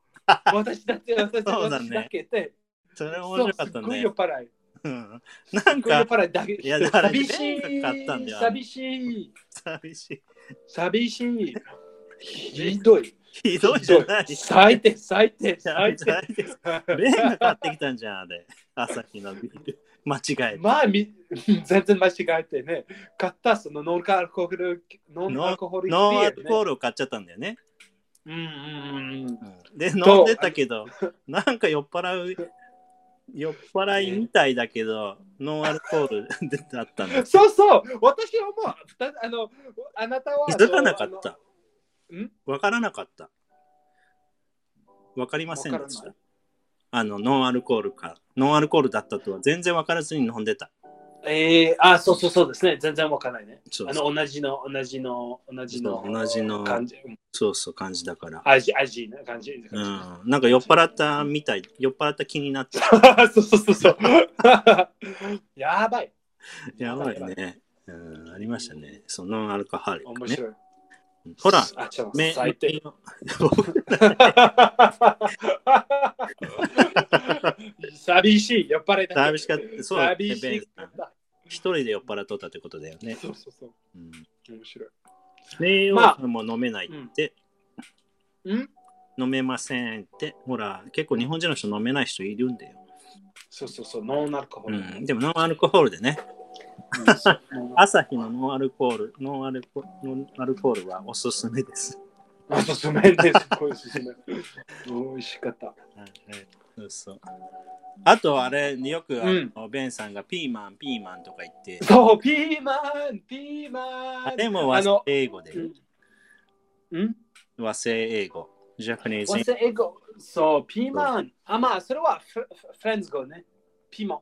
A: 私だけ、私
B: そうだね
A: 私だけで。
B: それ面
A: そう
B: 白かった
A: すっごい
B: ね
A: 酔っ。払い。
B: うんな
A: すっ
B: ん
A: ごい酔っ
B: か、
A: 払いだけ。
B: いやだから
A: 寂しい
B: 全部買ったんだよ。
A: 寂しい。
B: 寂しい。
A: 寂し い。ひどい。
B: ひどいじゃない。
A: ひど最低、最 低、最低。
B: レンが買ってきたんじゃん、あれ。朝日のビール。間違えた。
A: まあ、み全然間違えてね。買ったそのノンアルコール、ノンアルコールビ
B: ノンア
A: ー
B: ル
A: ル、ね。
B: コールを買っちゃったんだよね。
A: うんうんうんうん。
B: で、
A: そう
B: 飲んでたけど、なんか酔っ払う、酔っ払いみたいだけど、ノンアルコールだった んだ。
A: そうそう、私はもう、ふたあの、あなたは。
B: 気づかなかっ
A: あ
B: た
A: ん。
B: わからなかった。わかりませんで
A: わ
B: し
A: からな
B: た。あの、ノンアルコールか。ノンアルコールだったとは全然わからずに飲んでた。
A: の。えー、あ、そうそうそうですね。全然わかんないね。
B: そう
A: あの、同じの、同じの、同じの。
B: そう同じの
A: 感じ。うん
B: そうそう、感じだから。
A: 味、味な感じ。
B: うん、なんか酔っ払ったみたい、酔っ払った気になった。
A: そうそうそうそう。 やばい。
B: やばいね。うん、ありましたね。そのノンアルコール、
A: 面
B: ね。
A: 白い。
B: ほら、
A: あ、ちょっと
B: め
A: 最低。 寂しい、酔っ払いだけ。
B: 寂しかった。そうだね、
A: 寂し
B: ベ
A: か
B: ン
A: った。
B: 一人で酔っ払っとったってことだよね。
A: そうそうそう。
B: うん。
A: 面白い。
B: レイオさんも飲めないって、
A: うん
B: 飲めませんって。ほら、結構日本人の人飲めない人いるんだよ。
A: そうそうそう、ノンアルコー
B: う
A: ル。
B: ん。でもノンアルコールでね、
A: うんそうノンアル
B: 朝日のノンアルコール、ノンアルコノンアルコールはおすすめです。
A: おすすめです。すごいおすすめ。美味しかった。
B: そうそう。あとあれ、よくあ
A: うん
B: の、ベンさんがピーマン、ピーマンとか言って、
A: そう、ピーマン、ピーマ
B: あ
A: ン。
B: れも
A: あ
B: 和製
A: の、
B: 英語で
A: う。んうん
B: 和製英語。ジャパニーズ
A: 和。製英語。そう、ピーマン。あ、まあ、それはフフフレンズ語ね。ピーマン。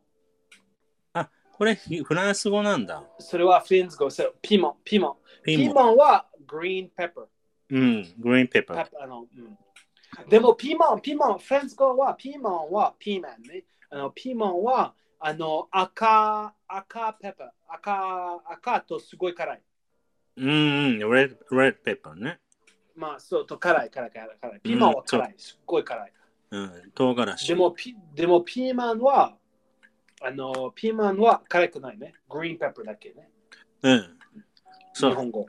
B: あ、これフフランス語なんだ。
A: それはフィンズ語。そうピーマン、ピーマン。ピ
B: ピ
A: ー
B: ー
A: マ
B: マン。
A: ンはグリーンペッパー。
B: うん、グリーンペッパ
A: ペッ
B: ー。
A: パーあのうん、でもピーマン、ピーマン、フランス語はピーマンはピーマンね。あのピーマンはあの赤、赤ペッパー。赤、赤とすごい辛い。
B: うん、うん、レッドレッドペッパーね。
A: まあ、そうと辛い、辛い、辛い、辛い。ピーマンは辛い、すっごい辛い。
B: うん、唐辛子。
A: でもピ、でもピーマンは、あの、ピーマンは辛くないね。グリーンペッパーだけね。
B: うん。そ
A: 日
B: う
A: 本語。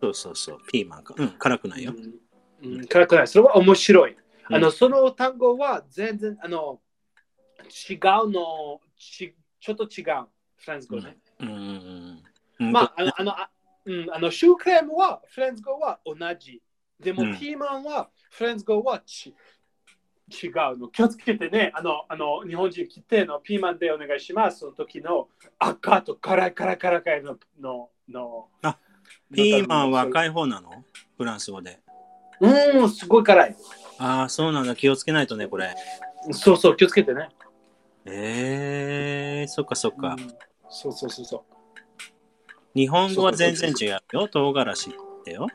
B: そうそうそう、ピーマンか。うん、辛くないよ。
A: うんうん、辛くない。それは面白い。
B: うん
A: あの、その単語は全然、あの、違うの、ちちょっと違う。フランス語ね。
B: うんうん。うん
A: まあ、あの、あの、あうん、あのシュークレームはフランス語は同じ。でも
B: うん、
A: ピーマンはフランス語はち、違うの。気をつけてね。あの、あの日本人来てのピーマンでお願いします。その時の赤と辛い辛い辛い辛いの、の、の。
B: あピーマンは
A: 赤い。
B: 赤い方なのフランス語で。
A: うん、すごい辛い。
B: ああ、そうなんだ。気をつけないとね、これ。
A: そうそう、気をつけてね。
B: ええー、そっかそっか。
A: うんそうそうそうそう。
B: 日本語は全然違うよ。唐辛子ってよ。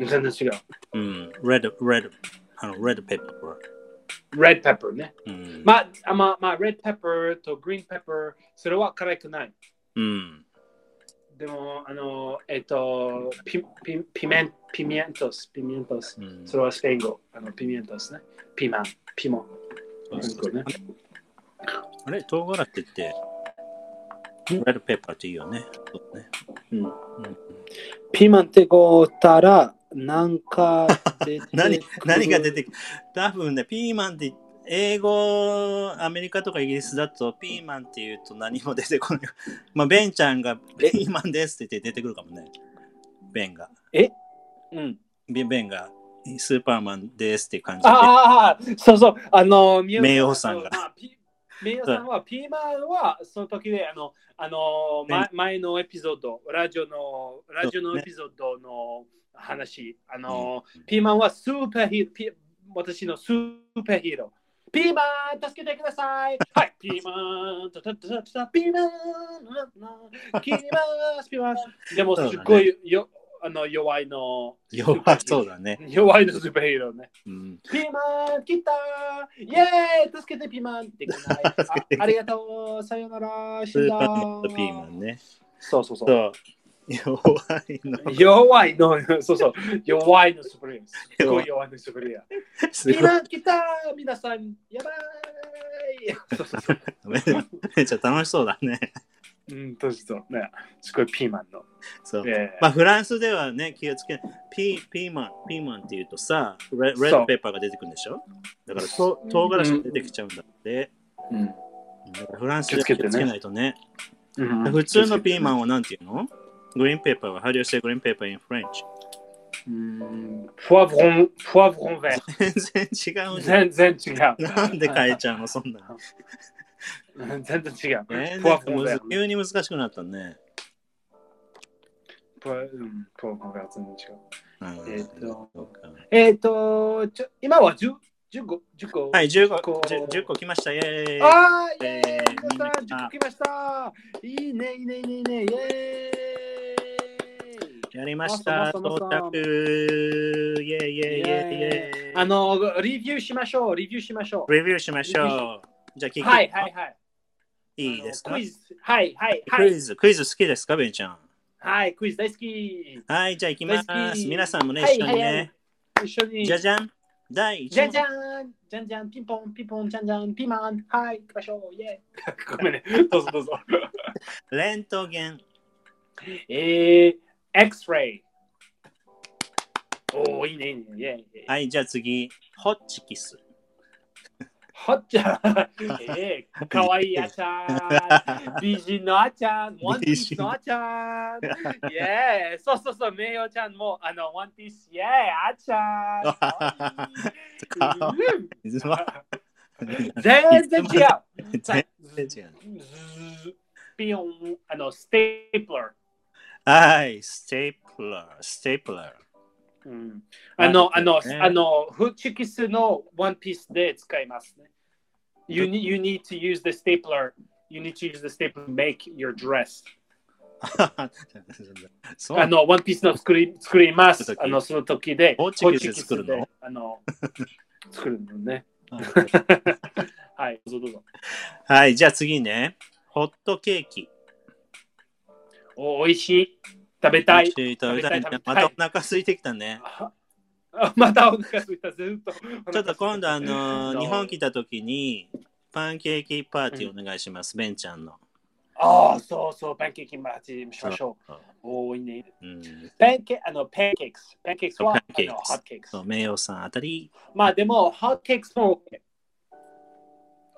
A: 全然違う。
B: うん。red, red, あの、red pepper。
A: Red pepper ね。
B: うん。
A: まあ、あまあ、まあ、Red pepper と Green pepper、それは辛くない。
B: うん。
A: でも、あの、えっと、ピピピメン、ピミエントス、ピミエントス。
B: うん
A: それはスペイン語。あのピミエントスね。ピーマン、ピモン。
B: そうそう
A: ね
B: あれ唐辛子って、red pepper って言うよね。そうね。
A: ピーマンってこうたら、なんか 出てくる
B: 何何が出てくる多分ね、ピーマンって、英語、アメリカとかイギリスだと、ピーマンって言うと何も出てこない。 まあ、ベンちゃんが、ピーマンですって言って出てくるかもね。ベンが。
A: うん。
B: ベベンが、スーパーマンですって感じで。
A: ああ、そうそう、あの、み
B: 冥王さんが
A: まあピ冥王さんは、ピーマンは、その時で、あの、あの、
B: ね
A: ま、前のエピソード、ラジオの、ラジオの
B: ね
A: エピソードの話、あの、ピーマンはスーパーヒーローピ、私のスーパーヒーロー。ピーマン、助けてください。はい、ピーマン、たたたたたピーマン、切ります、ピーマン。でも、す
B: そう
A: っ
B: だね
A: ごいよ、あの、弱いの、
B: 弱そうだ ね。
A: 弱いのスーパーヒーローね。
B: うん。
A: ピーマン来たイェーイ助けてピーマンでき ないあありがとうさよなら
B: ス
A: 死ん
B: ー
A: だ
B: パーマンとピーマンね。
A: そうそうそう。
B: そう。弱いの。
A: 弱いの、 そうそう。弱いのスプレー。すっごい弱いのスプレー。
B: す
A: ピ
B: ご
A: ー
B: い。
A: マン来た皆さん、やばいそうそうそう。
B: めっちゃ楽しそうだね。
A: うん、そうそう。ね、すごいピーマンの。
B: そう。
A: えー
B: まあ、フランスではね、気をつけピーピーマン、ピーマンって言うとさ、レレッ
A: そ
B: ド
A: う
B: ペーパーが出てくるんでしょだから、と唐辛子が出てきちゃうんだって。
A: うん
B: だからフランス
A: 気
B: で
A: を
B: は
A: つけ
B: 気
A: て
B: を
A: ね
B: つけないとね。
A: うん
B: 普通のピーマンをなんて言うのグリーンペーパーは、How do you say green pepper in French?
A: うんポワブロン、ポワブロンベ
B: 全然違うじゃ
A: 全
B: ん。
A: 然違う。
B: なんで変えちゃうの、そんなの。
A: うん全然違う。
B: 全
A: ポワブロン
B: 然
A: ベ
B: 急に難しくなったね。
A: ポワうんポワブロンベ全然違う。
B: うん
A: えーと
B: そうか
A: えっ、とちょ、今は10 15、10個。
B: はい、15
A: こ
B: 個
A: う
B: 10, 個来ました。イェーイ
A: あーイェーイ
B: えー
A: 皆さん
B: みんな
A: !10 個来ましたいいね、いいね、いいね、いいねイェー
B: やりました。
A: マスターマ
B: 到
A: スターマスタ
B: 着イェーイイェーイイェーイイェーイ
A: イあの、レビューしましょう、レビューしましょ
B: レビューしましょう。じゃあ聞
A: う。
B: いて、
A: はい、はい、はい。
B: いいです
A: あ
B: か
A: のクイズ、はい、はい、は
B: クイ
A: い。
B: ズ、クイズ好きですか、ベンちゃん。
A: はい、クイズ大好き。
B: はい、じゃあ行きま
A: 大好
B: す。
A: き
B: 皆さんもね、
A: はい
B: 一緒にね。
A: 一緒に。
B: じゃじゃん。第
A: じゃ
B: 1
A: んじゃんじゃんじゃんピンポンピンポンじゃんじゃんピーマンはい行きましょうイェ ーイごめんねどうぞどうぞ
B: 問、レントゲン。
A: えー、X-ray。おー、いいね、いいね。イェイイェイ
B: はい、じゃあ次、ホッチキス。
A: はっちゃん。えー、かわいいあちゃん。美人のあちゃん。ワンピースのあちゃん。イェイ。そうそうそう、名誉ちゃんも、あの、ワンピース、イェイ、あちゃん。かわいいうん全然違う。
B: 全然違う。
A: ズピヨン、あの、ステープラー。
B: はい、ステープラー、ステープラ
A: うんあの、あ
B: な
A: の、
B: るほどね
A: あの、フチキスのワンピースで使いますね。You need, you need to use the stapler. you need to use the staple to make your dress.
B: そう
A: あの、ワンピースの作り作ります
B: 時。
A: あの、その時で、
B: ホーチキスで作るの
A: ホーチキスであの、作るのね。 はい、どうぞどうぞ。
B: はい、じゃあ次ね。ホットケーキ。
A: お、美味しい。食べたい
B: 教。えていただい
A: 食
B: て
A: べた
B: ま
A: い
B: たお腹空いてきたね。
A: ああまたお腹すいた、ずっと。
B: ちょっと今度あの
A: どう
B: 日本来た時にパンケーキパーティーお願いします、ベンちゃんの。
A: ああ、そうそう、パンケーキマッチしましょう。おーいいね。
B: うん、
A: パンケあの、パンケーキス。パンケーキスは、
B: パ
A: あ
B: ンケーキ
A: の、ホットケーキス
B: そ。う、名誉さんあたり。
A: まあでも、ホットケーキスも OK。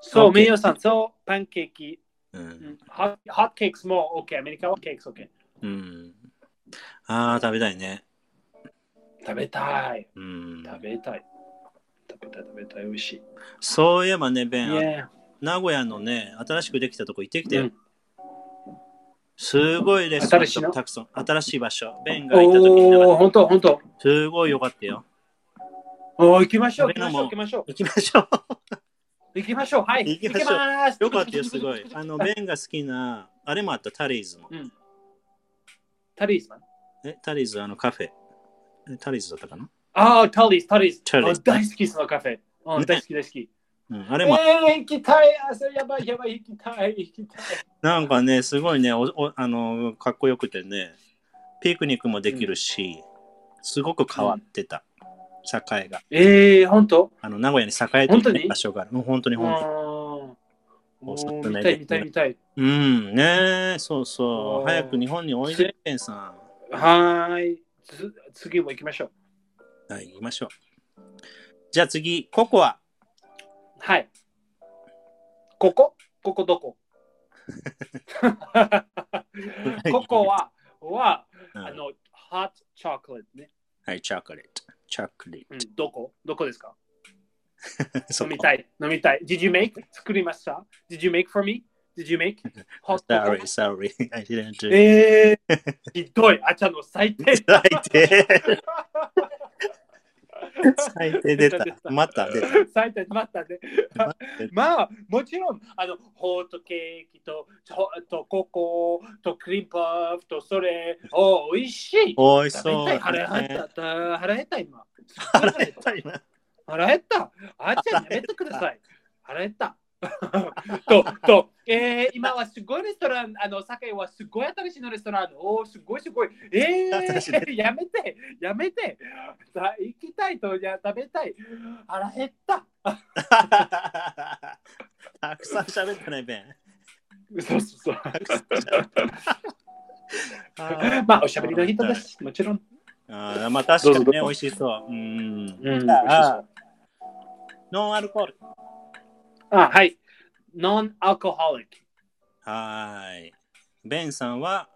A: そう、
B: OK
A: 名誉さん、そう、パンケーキ。
B: う。
A: うんんホッホットケーキスも OK。アメリカはケーキス OK。
B: うん、ああ、食べたいね。
A: 食べたい。
B: うん、
A: 食べたい。食べたい、食べたい、美味しい。
B: そういえばね、ベン、
A: Yeah
B: 名古屋のね、新しくできたとこ行ってきてよ。
A: うん
B: すごいレストランとかたくさん、新しい場所。ベンが行った時に
A: おお、
B: 行った
A: 本当、本当。
B: すごい良かったよ。
A: おー行きましょう、行き
B: 俺の
A: ましょう、
B: も
A: 行きましょう。
B: 行きましょう。
A: 行きましょう、はい。
B: 行
A: 行
B: き
A: き
B: ましょう
A: ます。
B: よかったよ、す ごい。あの、ベンが好きな、あれもあった、タリーズも。
A: タリーズマン。
B: え、タリーズ、あの、カフェ。えタリーズだったかな
A: ああ、タリーズ、タリーズ。
B: タリーズ
A: あ大好き、そのカフェ。う
B: ね
A: ん、大好き、大好き。
B: うん、あれ
A: え
B: も、
A: ー、行きたい。あ、それやばい、やばい、行きたい、行きたい。
B: なんかね、すごいね、おおあの、かっこよくてね、ピクニックもできるし、すごく変わってた、栄が。
A: ええー、本当
B: あの、名古屋に栄えて
A: 本当
B: る
A: に
B: 場所がある。もう本当に
A: う
B: 本当に。
A: ん。
B: おすす
A: おー
B: め
A: 見た
B: で
A: い、見たい、見たい。
B: うん、ねそうそう。
A: おー
B: 早く日本においで、ベンさ
A: はーい。つ次も行きましょう。
B: ん。はい、行きましょう。じゃあ次、ココア。
A: はい。ここここど こここは、は、
B: う
A: あ
B: ん
A: の、ホットチョコレートね。
B: はい、チョコレート。チョコレー
A: うん、どこどこですか
B: ト。
A: 飲みたい、飲みたい。Did you make? 作りました ?Did you make for me?Did you make? ホット
B: Sorry, sorry. I didn't do it.
A: えー、ひどい、あちゃんの最低。
B: 最低。最低出た。また出た。
A: 最低、またね。まあ、もちろん、あの、ホットケーキと、と、とココとクリームパフと、それ、おおいしい。
B: おいし
A: 食べ
B: そう、
A: たい
B: ね。
A: 腹減った、腹減った、 今。
B: 腹減った今。
A: 腹減った。あちゃん、やめてください。腹減った。 と、と、えー、今はすごいレストラン、あの、酒はすごい新しいのレストラン。おー、すごいすごい。え
B: 新しいね
A: ー、やめて、やめて。さ行きたいと、いや、食べたい。腹減った。
B: たくさん喋ってない、ベン。
A: そうそうそう。
B: たくさん喋って ないあ
A: まあ、おしゃべりの人だし、もちろん。
B: ーまあ確かに
A: どうぞ
B: ね、
A: どうぞ
B: 美味しそう。うん。
A: うん、
B: あノンアルコール。
A: あ、はい。ノンアルコホリック。
B: はーい。ベンさんは、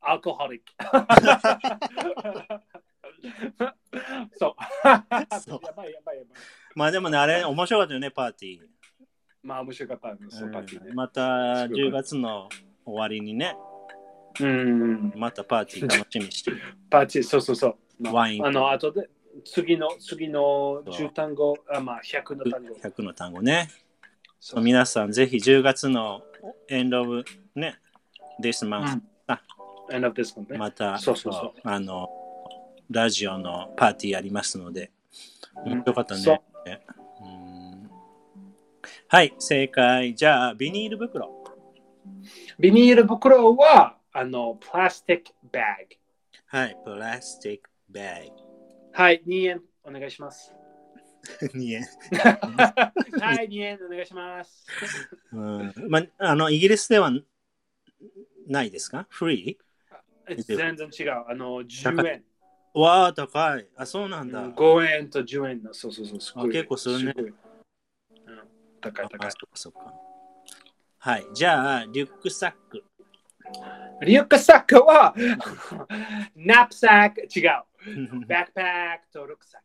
A: アルコ ホリック。そう。
B: そう
A: やばいやばいやばい。
B: まあでもね、あれ面白かったよね、パーティー。
A: まあ、面白かったです、そのパーティー
B: う
A: ね
B: ん。また10月の終わりにね、
A: うん。
B: またパーティー楽しみにしてる。
A: パーティー、そうそうそう。まあ
B: ワイン
A: あの、あとで、次の、次の
B: そう
A: 10単語、あまあ、100の単語。
B: 100の単語ね。
A: そう
B: 皆さん、ぜひ10月の End of ね、This
A: う
B: month、
A: ん。End of this one ね。
B: また
A: そうそうそう
B: あのラジオのパーティーやりますので、
A: うん
B: 面白かったね。
A: そう
B: うんはい、正解。じゃあ、ビニール袋。
A: ビニール袋は、あの、プラスティックバッグ。
B: はい、プラスチックバ ッ
A: はい、2円お願いします。
B: グ。いいえ
A: はい、2円お願いします。
B: うんまあのイギリスではないですかフリ
A: 全然違う。あの、10円。
B: ーわあ、高い。あ、そうなんだ。
A: 5円と10円の、そうそうそう。すごい
B: あ結構するね
A: ごいうん高い高
B: あ
A: い
B: そっ。かそっか。はい、じゃあ、リュックサック。
A: リュックサックは、ナップサック、違う。バックパックとロックサック。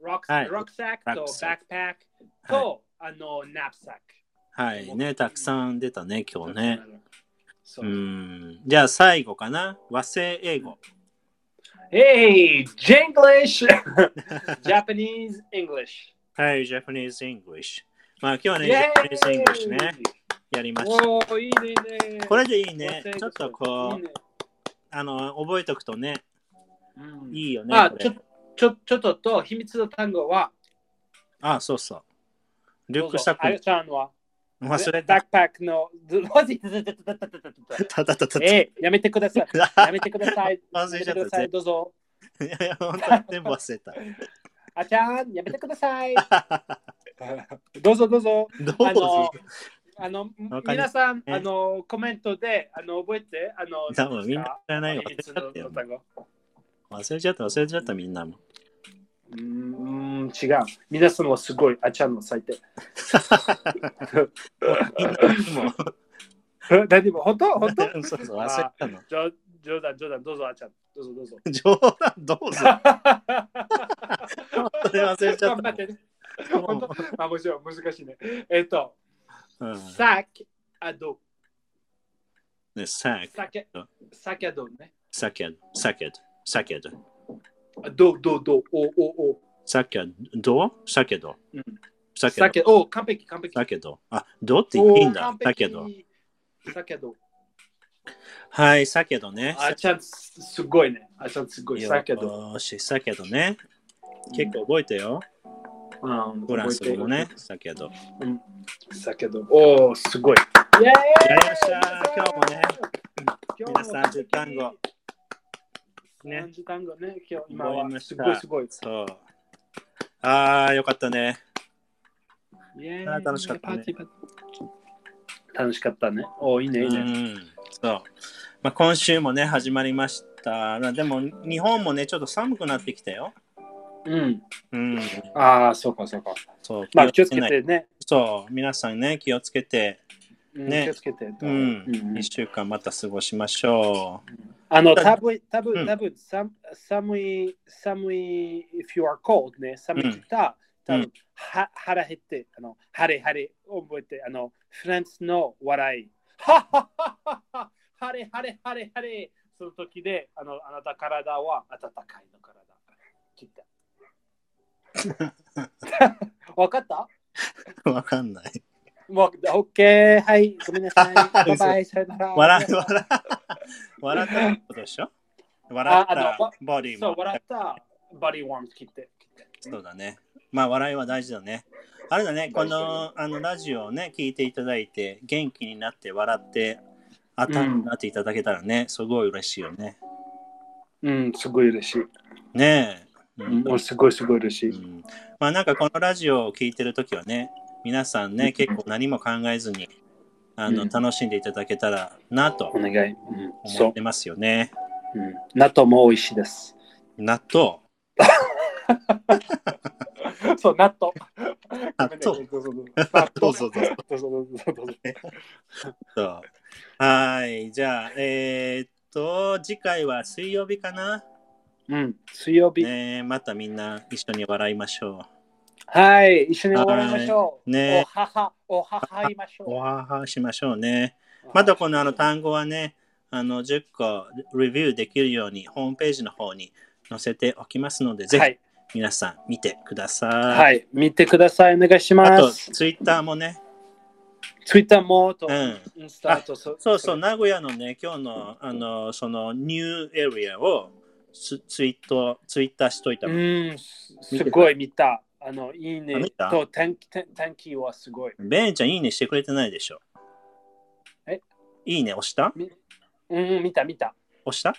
A: ロック,、
B: はい
A: ロックサックとバックパック
B: は
A: と、あのナップサック。
B: い、はい、ね、たくさん出たね、今日ね。。
A: そうう。
B: ん。じゃあ最後かな。和製英語。
A: Hey, Jenglish! Japanese English!
B: はい、Japanese English。まあ今日はね、
A: Yay!
B: Japanese English ね。やりました。
A: おー、いいね、いいね。
B: こ
A: れ、
B: れでいいね。ちょっとこう、
A: いいね
B: あの、覚えとくとね、
A: うん
B: いいよね。
A: まあ、
B: これ
A: ちょ、ちょ、ちょっとと、秘密の単語は、
B: あ、そうそう。リュックサッ
A: あや
B: ク
A: ちゃんは、
B: 忘れ
A: バッ
B: た。
A: クパックの、ず マジずずずずずずずずず
B: たたたたた。
A: えー、やめてくだ さい。やめてください。や
B: 忘
A: め
B: れ
A: て
B: ちゃ
A: くだ
B: った
A: さい、。どうぞ。
B: いやいや、本当に全部忘れた。
A: あちゃん、やめてください。 どうぞ、どうぞ。
B: どう
A: あの
B: ぞ。
A: あの
B: わかり
A: 皆さん、
B: ね
A: あのコメントであの覚えて、あの
B: 多分みんな知らないよ。
A: 秘
B: 忘れ
A: 密
B: ちゃったよ
A: の。単語
B: 忘れちゃった、忘れちゃった、みん なも。
A: うーん、違う。皆さんはすごい、あちゃんの最低。
B: みんなも。
A: 何も、本当本 当
B: そうそう、忘れたの。
A: 冗冗談、冗談、どうぞ、あちゃん。どうぞ、どう ぞ。
B: 冗談どうぞ。それ忘れち ゃ
A: 頑
B: っ
A: 張
B: た
A: ってね。 本当 あ、もちろん、難しいね。えっ、と、
B: の。うん。
A: サキアド。
B: ね、サケ、
A: サケ、サキアドね。
B: サケ、サケ、サケ、
A: ド、ド、ド、お、お、お。
B: サケ、どうサケド
A: うん。
B: サケ
A: サ
B: ド。
A: ケ、お、完璧、完璧。
B: サケド。あ、どうっていいん
A: お
B: だ
A: ー。
B: サケド。。
A: だけど、
B: はい、サケドね。
A: あちゃんすすごいね。あちゃんすごい。だけど、
B: よーし、サケドね。結構覚えてよ。
A: うん、
B: フランス語もね。。サケド。
A: だけど、おお、すごい。イェーイや
B: やりました今日もね。
A: 今
B: 皆さん30単語。
A: ね
B: ね。
A: 30単語ね。今日、今
B: 覚え
A: は
B: まし
A: す
B: た
A: ごいすごい。
B: そう。あー、よかったね。
A: イェーイ
B: あー楽しかったね
A: パーティーパーティー楽しかったね。おお、いいね、いいね。
B: うん、そう。まあ、今週もね、始まりました。まあでも、日本もね、ちょっと寒くなってきたよ。
A: うん。
B: うん。
A: ああ、そうか、そうか。
B: そう。
A: まあ、気をつけ
B: ない
A: てね。
B: そう、皆さんね、気をつけて、
A: うん
B: ね
A: 気をつけて。
B: うん
A: うん
B: 1週間また過ごしましょ
A: あの、多分多
B: う
A: 分
B: ん
A: 多分寒寒い、寒い、if you are cold ね、寒いった、
B: うん
A: 多分は腹減って、あの、晴れ晴れ、覚えて、あの、フランスの笑い。はっはっはっはっは晴れ晴れ晴れ晴れ。その時で、あの、あなた体は温かいの体。切 った。わかった
B: う。 わかんない。
A: もう、OK。はい、ごめんな さい。バイバイ、さよなら。
B: 笑い、笑い。笑ったってことでしょ笑っ
A: あ
B: た
A: あのわ
B: ボディ
A: そう
B: も、。
A: 笑った。バディーワーム切って。切って
B: そうだね。まあ、笑いは大事だね。あれだね、このあのラジオをね、聞いていただいて、元気になって、笑って、頭になっていただけたらね、すごい嬉しいよね。
A: うん、すごい嬉しい。
B: ねえ。
A: うんもうすごいすごい嬉し
B: う
A: い。
B: んまあなんかこのラジオを聞いてるときはね、皆さん
A: うん
B: ね、結構何も考えずにあの、
A: うん
B: 楽しんでいただけたらなと
A: お願い。うん、
B: 思
A: そ
B: ってますよね。
A: う。うん、納豆も美味しいです。
B: 納豆。
A: そう、納豆。
B: 納豆
A: どうぞ
B: どうぞどう
A: ど
B: ぞ
A: うぞどうぞどうぞ。
B: そうはい。じゃあ、えーっと、次回は水曜日かな。
A: うん、水曜日。
B: ね、またみんな一緒に笑いましょ
A: はい、一緒に終わりましょう。
B: はいね
A: おはは、おはは言いまし
B: う。お
A: ょ
B: ははしましょうね。
A: う。
B: またこのあの単語はね、あの10個レビューできるようにホームページの方に載せておきますので、ぜひ
A: はい、
B: 皆さん見てください。
A: はい、見てください。お願いし
B: あ
A: ま
B: と、
A: す。
B: ツイッターもね、
A: ツイッターもと
B: う、ん、
A: インスタと、そ
B: そうそう、。名古屋のね、今日の、あの、その、ニューエリアをツツイート、ツイッターしといた
A: う
B: の、
A: ん、すすごい見た。あの、いい
B: あ
A: ね
B: 見。た
A: と、天気、天天気はすごい。
B: ベンちゃん、いいねしてくれてないでしょ。
A: え
B: いいね、押した
A: うん、見た、見た。
B: 押した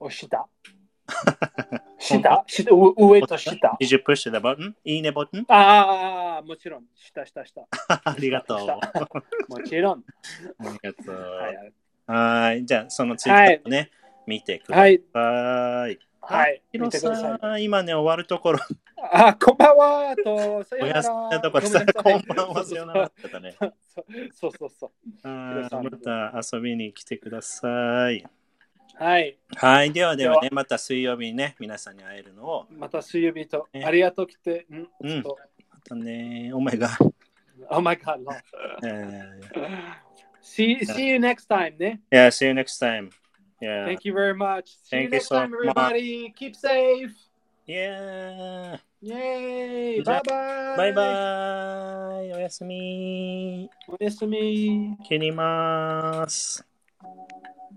A: お、 した。したしたう上と下。
B: ?Did you push the button? いいねボタン
A: ああ、もちろん。したしたした。
B: ありがとう。
A: 押し
B: あ
A: もちろん。
B: りがとう。
A: はいはい。
B: はい。じゃあ、そのツイッターをね、見てくだ
A: はい。
B: さい。
A: はい。
B: ヒ
A: 見
B: ロ
A: てくださ
B: さ
A: い。
B: ん、今ね、終わるところ、
A: あ、こんばんは。 と、さ
B: お
A: よな
B: やすみな
A: ら。
B: ところさ、
A: ごめ
B: こんばんは、さよならだったね。
A: んなさい そうそうそう。
B: あ
A: 皆さん
B: ーまた遊びに来てください。
A: はい。
B: はい、ではでは
A: で
B: ね、また水曜日にね、皆さんに会えるのを。
A: また水曜日と、
B: ね
A: ありがとう来て。ん
B: うん、ま
A: と
B: たね、お前が。
A: Oh my god. no.
B: えー
A: See, see you next time ね。
B: yeah, see you next time. Yeah.
A: Thank you very much. See you
B: Thank you
A: next
B: so
A: time, everybody. Keep safe.
B: イエーイ
A: イェーイ
B: じゃ
A: バ
B: あ
A: イバイ
B: バイバイおやすみ
A: おやすみ
B: 切ります